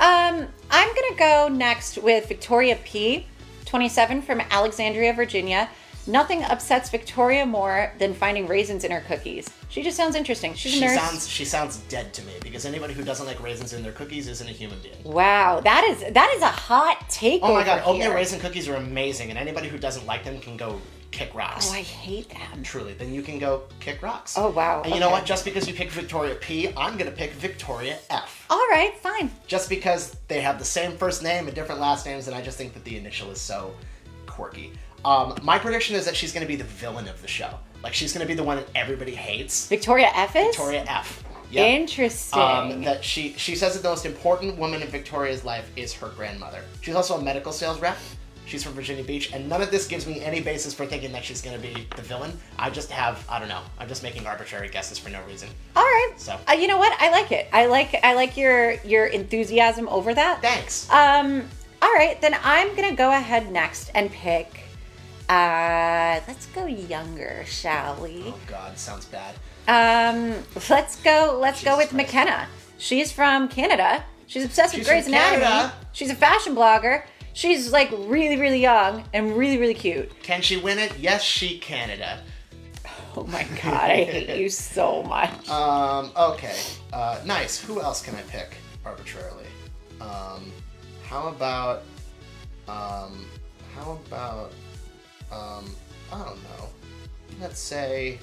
A: Um, I'm gonna go next with Victoria P, 27 from Alexandria, Virginia. Nothing upsets Victoria more than finding raisins in her cookies. She just sounds interesting. She's a
D: She
A: nurse.
D: sounds she sounds dead to me because anybody who doesn't like raisins in their cookies isn't a human being.
A: wow, that is that is a hot take.
D: Oh my god,
A: over
D: oatmeal
A: here.
D: raisin cookies are amazing, and anybody who doesn't like them can go kick rocks.
A: Oh, I hate them.
D: Truly, then you can go kick rocks.
A: Oh, wow,
D: And you know
A: okay.
D: what? Just because you picked Victoria P, I'm gonna pick Victoria F.
A: All right, fine.
D: Just because they have the same first name and different last names, and I just think that the initial is so quirky. Um, my prediction is that she's gonna be the villain of the show. Like she's gonna be the one that everybody hates.
A: Victoria F is
D: Victoria F. Yeah.
A: interesting.
D: Um, that she she says that the most important woman in Victoria's life is her grandmother. She's also a medical sales rep. She's from Virginia Beach, and none of this gives me any basis for thinking that she's going to be the villain. I just have I don't know. I'm just making arbitrary guesses for no reason.
A: All right.
D: So.
A: Uh, you know what? I like it. I like I like your your enthusiasm over that.
D: Thanks.
A: Um, all right, then I'm gonna go ahead next and pick. Uh, let's go younger, shall we?
D: oh God, sounds bad.
A: Um, let's go. Let's go
D: Jesus
A: with
D: Christ.
A: McKenna. She's from Canada. She's obsessed with
D: She's
A: Grey's
D: from
A: Anatomy.
D: Canada?
A: She's a fashion blogger. She's like really, really young and really, really cute.
D: Can she win it? Yes, she Canada.
A: Oh my god, I hate you so much.
D: Um, okay. Uh, nice. Who else can I pick arbitrarily? Um, how about, um, how about, um, I don't know. Let's say,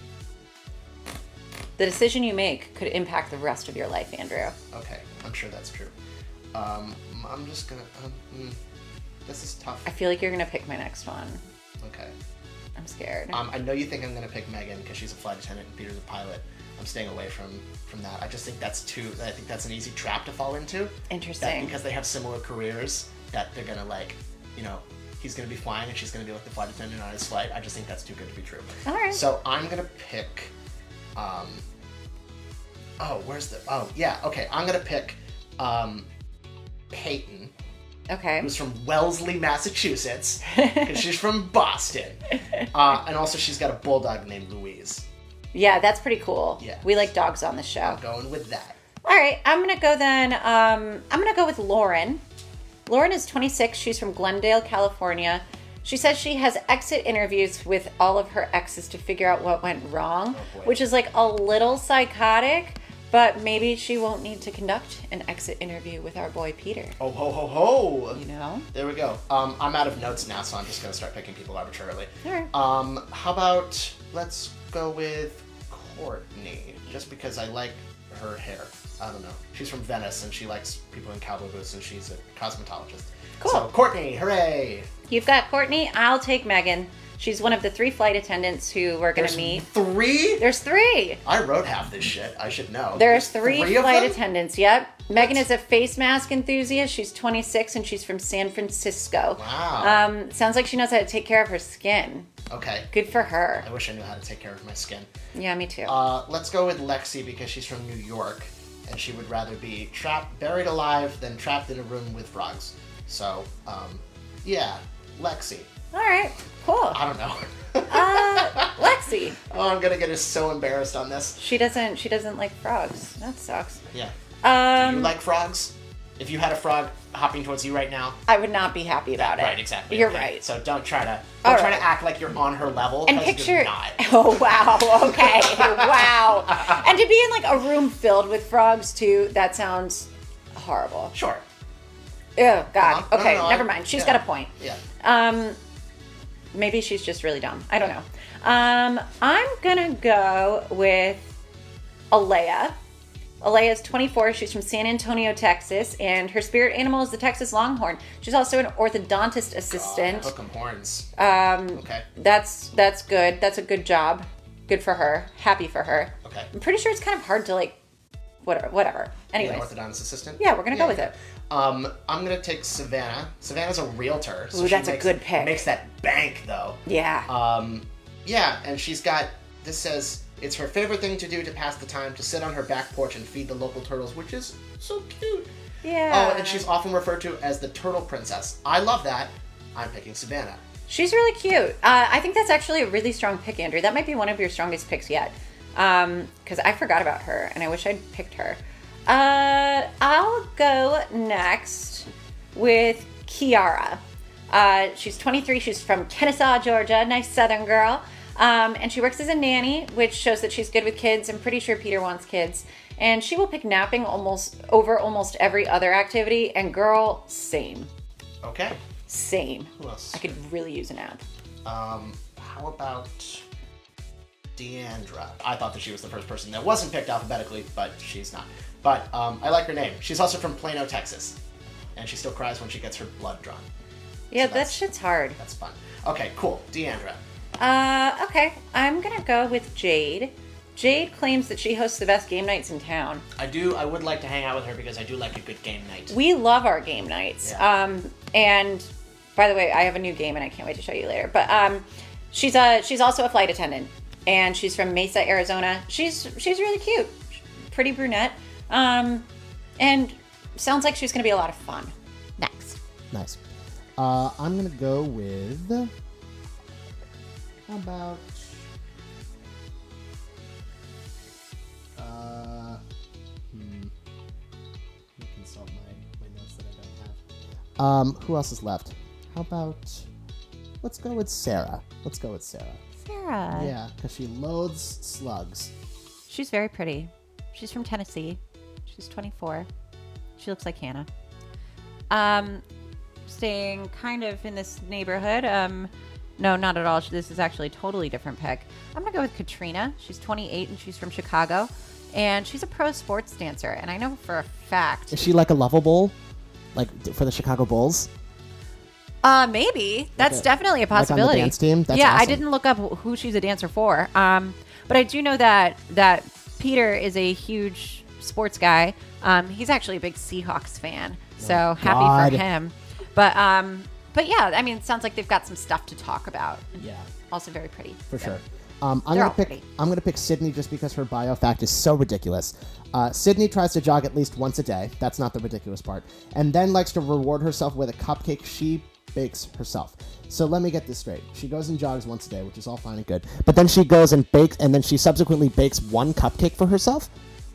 A: The decision you make could impact the rest of your life, Andrew.
D: okay, I'm sure that's true. Um, I'm just gonna, um, mm, this is tough.
A: I feel like you're gonna pick my next one.
D: Okay.
A: I'm scared.
D: Um, I know you think I'm gonna pick Megan because she's a flight attendant and Peter's a pilot. I'm staying away from from that. I just think that's too. I think that's an easy trap to fall into. that
A: Interesting.
D: because they have similar careers that they're gonna like you know he's gonna be flying and she's gonna be like the flight attendant on his flight i just think that's too good to be true
A: All right.
D: so i'm gonna pick um oh where's the oh yeah okay i'm gonna pick um peyton
A: okay.
D: who's from wellesley massachusetts because she's from boston uh, and also she's got a bulldog named louise
A: Yeah, that's pretty cool.
D: Yeah.
A: We like dogs on the show.
D: going with that
A: All right, I'm gonna go then. Um, I'm gonna go with Lauren. Lauren is 26. She's from Glendale, California. She says she has exit interviews with all of her exes to figure out what went wrong,
D: Oh, boy.
A: which is like a little psychotic, but maybe she won't need to conduct an exit interview with our boy Peter.
D: oh ho ho ho
A: You know?
D: Oh. There we go. Um, I'm out of notes now, so I'm just gonna start picking people arbitrarily.
A: Alright.
D: Um, how about let's go with Courtney, just because I like her hair. I don't know. She's from Venice and she likes people in cowboy boots, and she's a cosmetologist.
A: Cool.
D: So Courtney, hooray!
A: You've got Courtney. I'll take Megan. She's one of the three flight attendants who we're gonna
D: There's
A: meet.
D: three.
A: There's three.
D: I wrote half this shit. I should know.
A: There's three,
D: of
A: flight
D: them?
A: attendants. Yep. Megan is a face mask enthusiast. She's 26 and she's from San Francisco.
D: Wow.
A: Um, sounds like she knows how to take care of her skin.
D: Okay.
A: Good for her.
D: I wish I knew how to take care of my skin.
A: Yeah, me too.
D: Uh, let's go with Lexi because she's from New York, and she would rather be trapped, buried alive, than trapped in a room with frogs. So, um, yeah, Lexi.
A: All right. Cool.
D: I don't know.
A: Uh, Lexi.
D: oh, I'm gonna get her so embarrassed on this.
A: She doesn't. She doesn't like frogs. That sucks.
D: Yeah.
A: Um,
D: You like frogs? If you had a frog hopping towards you right now,
A: I would not be happy about it.
D: right? Exactly.
A: You're
D: okay?
A: right.
D: So don't try to don't
A: All
D: try
A: right.
D: to act like you're on her level.
A: and
D: 'cause
A: picture
D: You're not.
A: oh wow okay wow and to be in like a room filled with frogs too that sounds horrible
D: Sure.
A: oh god
D: No, no,
A: okay
D: no, I-
A: never mind She's
D: Uh-huh. yeah.
A: got a point
D: Yeah.
A: um maybe she's just really dumb i don't know um i'm gonna go with alea Alea is 24. She's from San Antonio, Texas, and her spirit animal is the Texas Longhorn. She's also an orthodontist assistant.
D: Hook 'em horns.
A: Um,
D: Okay.
A: that's that's good. That's a good job. Good for her. Happy for her.
D: Okay.
A: I'm pretty sure it's kind of hard to like, whatever. Whatever.
D: An
A: Anyways,
D: orthodontist assistant.
A: yeah, we're gonna go with it.
D: Um, I'm gonna take Savannah. Savannah's a realtor. So
A: Ooh,
D: she
A: that's a
D: makes-
A: good pick.
D: Makes that bank though.
A: Yeah.
D: Um, Yeah, and she's got this says it's her favorite thing to do to pass the time to sit on her back porch and feed the local turtles, which is so cute.
C: Yeah.
D: Oh, and she's often referred to as the turtle princess. I love that. I'm picking Savannah.
C: She's really cute. Uh, I think that's actually a really strong pick, Andrew. That might be one of your strongest picks yet. Because I forgot about her and I wish I'd picked her. Uh, I'll go next with Kiara. Uh, she's 23. She's from Kennesaw, Georgia. Nice southern girl. Um, and she works as a nanny, which shows that she's good with kids. I'm pretty sure Peter wants kids. And she will pick napping almost over almost every other activity. And girl, same.
D: Okay.
C: Same.
D: Who else?
C: I could really use a nap.
D: Um, how about Deandra? I thought that she was the first person that wasn't picked alphabetically, but she's not. But um, I like her name. She's also from Plano, Texas, and she still cries when she gets her blood drawn.
C: Yeah, that
D: that's-
C: shit's hard.
D: That's fun. Okay, cool. Deandra.
C: Uh, okay, I'm gonna go with Jade. Jade claims that she hosts the best game nights in town.
D: I do. I would like to hang out with her because I do like a good game night.
C: We love our game nights.
D: Yeah.
C: Um, and by the way, I have a new game and I can't wait to show you later. But um, she's a she's also a flight attendant, and she's from Mesa, Arizona. She's she's really cute, pretty brunette, um, and sounds like she's gonna be a lot of fun.
A: Next.
B: Nice. Uh, I'm gonna go with. How about? Uh, hmm. Let me consult my, my notes that I don't have. Um, who else is left? How about? Let's go with Sarah. Let's go with Sarah.
A: Sarah.
B: Yeah, because she loathes slugs.
A: She's very pretty. She's from Tennessee. She's 24. She looks like Hannah. Um, staying kind of in this neighborhood. Um, no, not at all. This is actually a totally different pick. I'm gonna go with Katrina. She's 28 and she's from Chicago, and she's a pro sports dancer. And I know for a fact,
B: Is she like a lovable, like d- for the Chicago Bulls?
A: uh, maybe that's
B: a-
A: definitely a
B: on the
A: possibility.
B: dance team? That's
A: yeah, I
B: awesome.
A: didn't look up wh- who she's a dancer for. Um, but I do know that that Peter is a huge sports guy. Um, he's actually a big Seahawks fan, so happy
B: God.
A: for him. But um, but yeah, I mean, it sounds like they've got some stuff to talk about.
B: Yeah,
A: Also, very pretty.
B: for sure. Um, I'm
A: They're
B: gonna
A: all
B: pick.
A: pretty.
B: I'm gonna pick Sydney just because her bio fact is so ridiculous. Uh, Sydney tries to jog at least once a day. That's not the ridiculous part, and then likes to reward herself with a cupcake she bakes herself. So let me get this straight. She goes and jogs once a day, which is all fine and good. But then she goes and bakes, and then she subsequently bakes one cupcake for herself.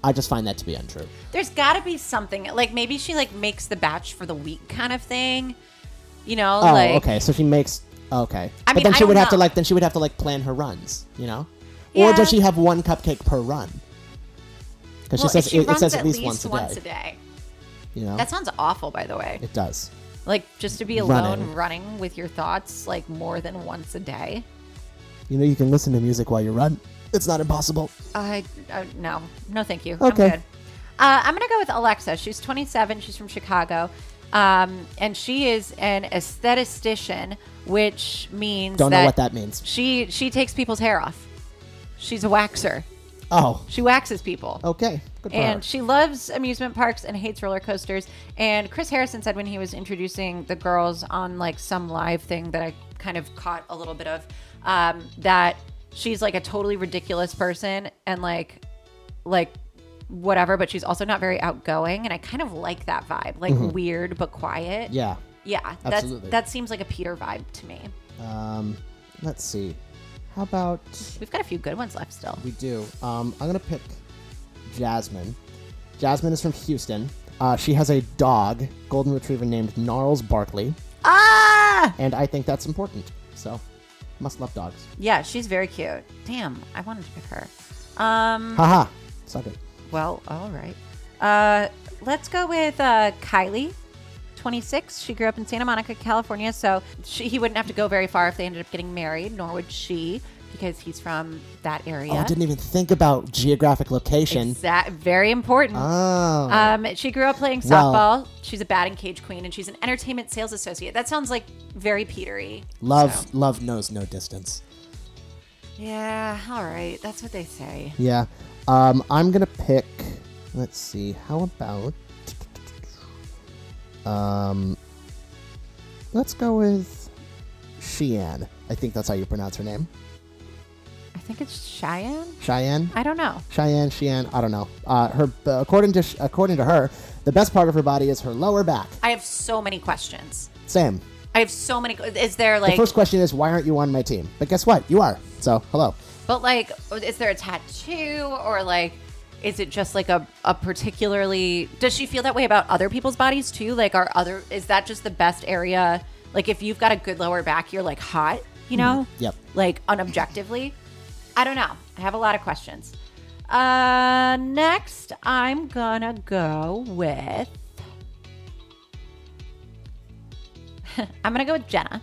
B: I just find that to be untrue.
A: There's got to be something like maybe she like makes the batch for the week kind of thing. You know,
B: Oh,
A: like
B: okay. So she makes
A: I
B: okay. but
A: mean,
B: then
A: I
B: she would
A: don't
B: have to
A: know.
B: like then she would have to like plan her runs, you know? Or
A: Yeah.
B: does she have one cupcake per run? Because
A: well,
B: she says
A: she
B: it, it
A: runs
B: says
A: at
B: at least, once, a
A: once
B: day, Oh.
A: a day.
B: You know,
A: That sounds awful, by the way.
B: it does.
A: Like just to be alone
B: Running.
A: running. with your thoughts like more than once a day.
B: You know, you can listen to music while you run. It's not impossible.
A: I uh, no, no, thank you.
B: Okay.
A: I'm good. Uh, I'm gonna go with Alexa. She's 27. She's from Chicago, um, and she is an esthetician, which means
B: Don't
A: that
B: know what that means.
A: she she takes people's hair off. She's a waxer.
B: Oh,
A: She waxes people.
B: okay. Good for her.
A: And she loves amusement parks and hates roller coasters. And Chris Harrison said when he was introducing the girls on like some live thing that I kind of caught a little bit of, um, that she's like a totally ridiculous person and like, like whatever, but she's also not very outgoing. And I kind of like that vibe, like weird but quiet.
B: Mm-hmm. yeah.
A: Yeah, that's
B: Absolutely.
A: that seems like a Peter vibe to me.
B: Um, let's see. How about
A: We've got a few good ones left still.
B: We do. Um, I'm gonna pick Jasmine. Jasmine is from Houston. Uh, she has a dog, golden retriever named Gnarls Barkley,
A: Ah,
B: and I think that's important. So, must love dogs.
A: yeah, she's very cute. Damn, I wanted to pick her. Um,
B: Haha, suck it.
A: Well, all right. Uh, let's go with uh, Kylie, 26. She grew up in Santa Monica, California, so she, he wouldn't have to go very far if they ended up getting married, nor would she, because he's from that area.
B: Oh, I didn't even think about geographic location.
A: Exact- very important.
B: Oh,
A: Um, she grew up playing
B: Well-
A: softball. she's a batting cage queen, and she's an entertainment sales associate. That sounds like very Petery.
B: love,
A: so-
B: love knows no distance.
A: Yeah, all right. That's what they say.
B: Yeah. Um, I'm gonna pick. Let's see. How about? Um, let's go with Shean. I think that's how you pronounce her name.
A: think it's Cheyenne.
B: Cheyenne.
A: I don't know.
B: Cheyenne, Cheyenne, I don't know. Uh, her, according to according to her, the best part of her body is her lower back.
A: I have so many questions.
B: Sam,
A: I have so many. Is there
B: the
A: like,
B: first question is why aren't you on my team? But guess what? You are. So hello.
A: but like, is there a tattoo or like, is it just like a, a particularly, does she feel that way about other people's bodies too? Like, are other, is that just the best area? Like, if you've got a good lower back, you're like hot, you know?
B: Yep.
A: Like, unobjectively. I don't know. I have a lot of questions. Uh, next, I'm gonna go with. I'm gonna go with Jenna.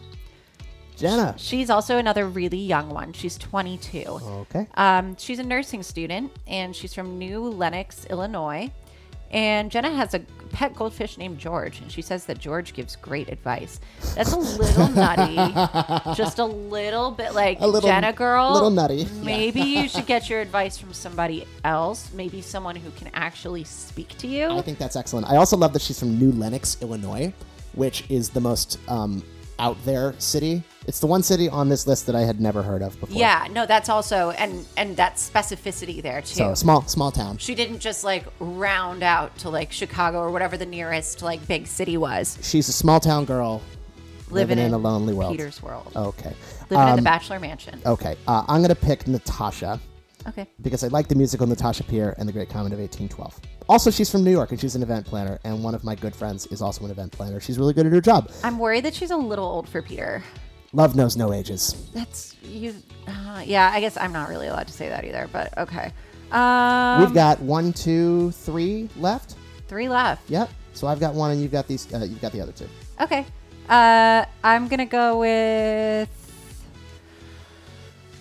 B: Jenna.
A: She's also another really young one. She's 22.
B: Okay.
A: Um, she's a nursing student and she's from New Lenox, Illinois. And Jenna has a pet goldfish named George, and she says that George gives great advice. That's a little nutty, just a little bit like
B: A little-
A: Jenna girl.
B: little nutty.
A: Maybe you should get your advice from somebody else, maybe someone who can actually speak to you.
B: I think that's excellent. I also love that she's from New Lenox, Illinois, which is the most um, out there city. It's the one city on this list that I had never heard of before.
A: yeah, no, that's also and and that specificity there too.
B: So small, small town.
A: she didn't just like round out to like Chicago or whatever the nearest like big city was.
B: She's a small town girl living,
A: Living
B: in,
A: in
B: a lonely world.
A: Peter's world.
B: Okay.
A: Living in the
B: Um,
A: bachelor mansion.
B: Okay. Uh, I'm gonna pick Natasha
A: Okay.
B: because I like the musical Natasha Pierre and the Great Comet of 1812. Also, she's from New York and she's an event planner. And one of my good friends is also an event planner. She's really good at her job.
A: I'm worried that she's a little old for Peter.
B: Love knows no ages.
A: That's you. Uh, yeah, I guess I'm not really allowed to say that either. But okay. Um,
B: We've got one, two, three left.
A: three left.
B: Yep. So I've got one, and you've got these. Uh, you've got the other two.
A: Okay. Uh, I'm gonna go with.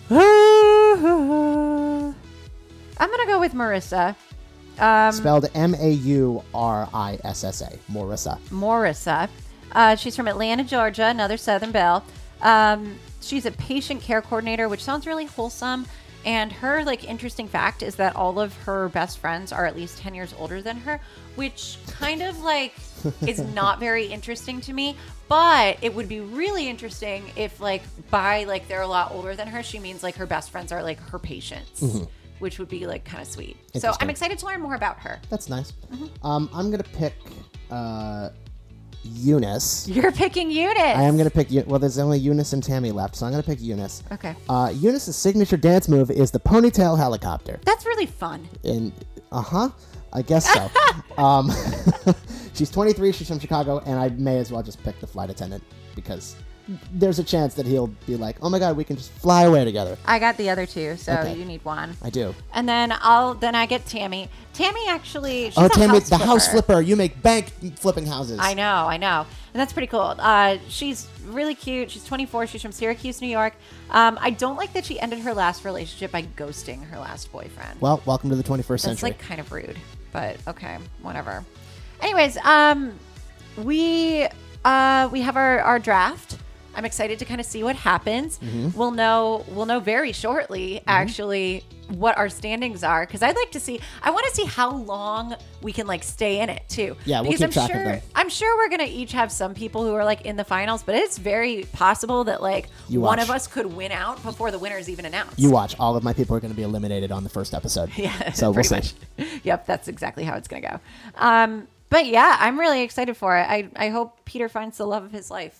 A: I'm gonna go with Marissa. Um,
B: Spelled M A U R I S S A. Morissa.
A: Morissa. Uh, she's from Atlanta, Georgia, another Southern Belle. Um, she's a patient care coordinator, which sounds really wholesome. And her like interesting fact is that all of her best friends are at least ten years older than her, which kind of like is not very interesting to me. But it would be really interesting if like by like they're a lot older than her, she means like her best friends are like her patients, which would be like kind of sweet. So
B: Mm-hmm. Interesting.
A: I'm excited to learn more about her.
B: That's nice.
A: Uh-huh.
B: Um, I'm gonna pick uh, Eunice.
A: You're picking Eunice.
B: I am gonna pick. Eu- Well, there's only Eunice and Tammy left, so I'm gonna pick Eunice.
A: Okay.
B: Uh, Eunice's signature dance move is the ponytail helicopter.
A: That's really fun.
B: And uh huh, I guess so. um, she's 23. She's from Chicago, and I may as well just pick the flight attendant because there's a chance that he'll be like, "Oh my god, we can just fly away together."
A: I got the other two, so
B: Okay.
A: you need one.
B: I do.
A: And then I'll then I get Tammy. Tammy actually she's
B: Oh,
A: a
B: Tammy,
A: house
B: the house
A: flipper.
B: flipper. You make bank flipping houses.
A: I know, I know. And that's pretty cool. Uh, she's really cute. She's 24. She's from Syracuse, New York. Um, I don't like that she ended her last relationship by ghosting her last boyfriend.
B: Well, welcome to the 21st
A: That's
B: century.
A: like kind of rude, but okay, whatever. Anyways, um, we uh we have our our draft. I'm excited to kind of see what happens.
B: Mm-hmm.
A: We'll know we'll know very shortly actually what our standings are because I'd like to see. I want to see how long we can like stay in it too.
B: Yeah, we'll
A: because
B: keep
A: I'm
B: track of
A: sure
B: them.
A: I'm sure we're gonna each have some people who are like in the finals, but it's very possible that like
B: You
A: one
B: watch.
A: of us could win out before the winner is even announced.
B: you watch, all of my people are going to be eliminated on the first episode. Yeah, so we'll
A: pretty
B: see.
A: much. Yep, that's exactly how it's going to go. Um, but yeah, I'm really excited for it. I, I hope Peter finds the love of his life.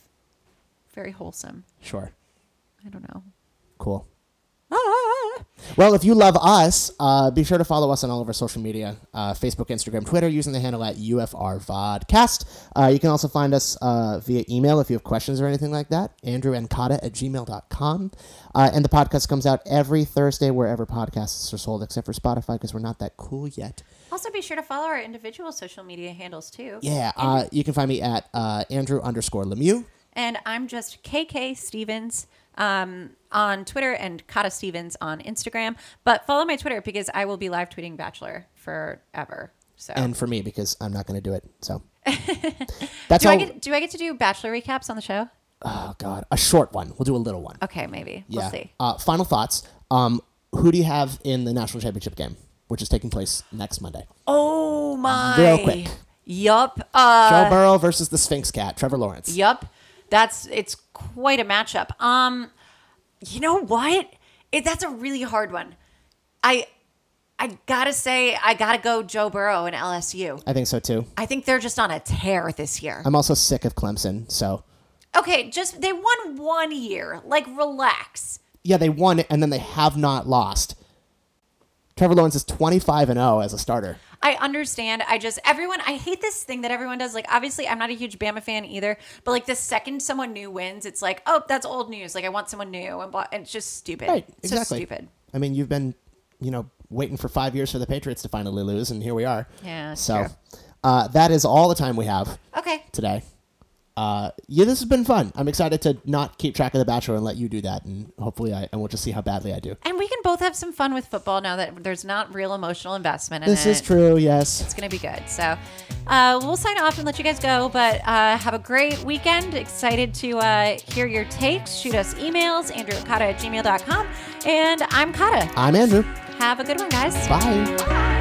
A: Very wholesome.
B: Sure,
A: I don't know.
B: cool.
A: Ah!
B: Well, if you love us, uh, be sure to follow us on all of our social media uh, Facebook, Instagram, Twitter, using the handle at UFRVodcast. Uh, you can also find us uh, via email if you have questions or anything like that. Andrew Ancotta at gmail.com. Uh, and the podcast comes out every Thursday wherever podcasts are sold, except for Spotify because we're not that cool yet.
A: Also, be sure to follow our individual social media handles too.
B: Yeah, uh, you can find me at uh, Andrew underscore Lemieux.
A: And I'm just KK Stevens um, on Twitter and Kata Stevens on Instagram. But follow my Twitter because I will be live tweeting Bachelor forever. So,
B: And for me, because I'm not going to do it. So that's
A: do,
B: all.
A: I get, do I get to do Bachelor recaps on the show?
B: oh, God. A short one. We'll do a little one.
A: Okay, maybe. We'll see.
B: Uh, final thoughts. Um, who do you have in the national championship game, which is taking place next Monday?
A: Oh my!
B: Real quick.
A: Yup. Uh,
B: Joe Burrow versus the Sphinx Cat, Trevor Lawrence.
A: yup. That's it's quite a matchup. Um, you know what? It, that's a really hard one. I I gotta say I gotta go Joe Burrow and LSU.
B: I think so too.
A: I think they're just on a tear this year.
B: I'm also sick of Clemson. So
A: Okay, just they won one year. Like relax.
B: yeah, they won it, and then they have not lost. Trevor Lawrence is 25 and 0 as a starter.
A: I understand. I just everyone I hate this thing that everyone does. Like obviously I'm not a huge Bama fan either, but like the second someone new wins, it's like, oh, that's old news. Like I want someone new and blah and it's just stupid.
B: Right,
A: it's
B: exactly.
A: just stupid.
B: I mean, you've been, you know, waiting for five years for the Patriots to finally lose, and here we are.
A: Yeah, that's
B: So
A: true.
B: uh, that is all the time we have
A: Okay.
B: today. Uh, yeah, this has been fun. I'm excited to not keep track of the Bachelor and let you do that, and hopefully, I and we'll just see how badly I do.
A: And we can both have some fun with football now that there's not real emotional investment in
B: This
A: it.
B: is true. Yes.
A: It's going to be good. So uh, we'll sign off and let you guys go, but uh, have a great weekend. Excited to uh, hear your takes. Shoot us emails, andrewkata at gmail.com. And I'm Kata.
B: I'm Andrew.
A: Have a good one, guys.
B: Bye.
A: Bye.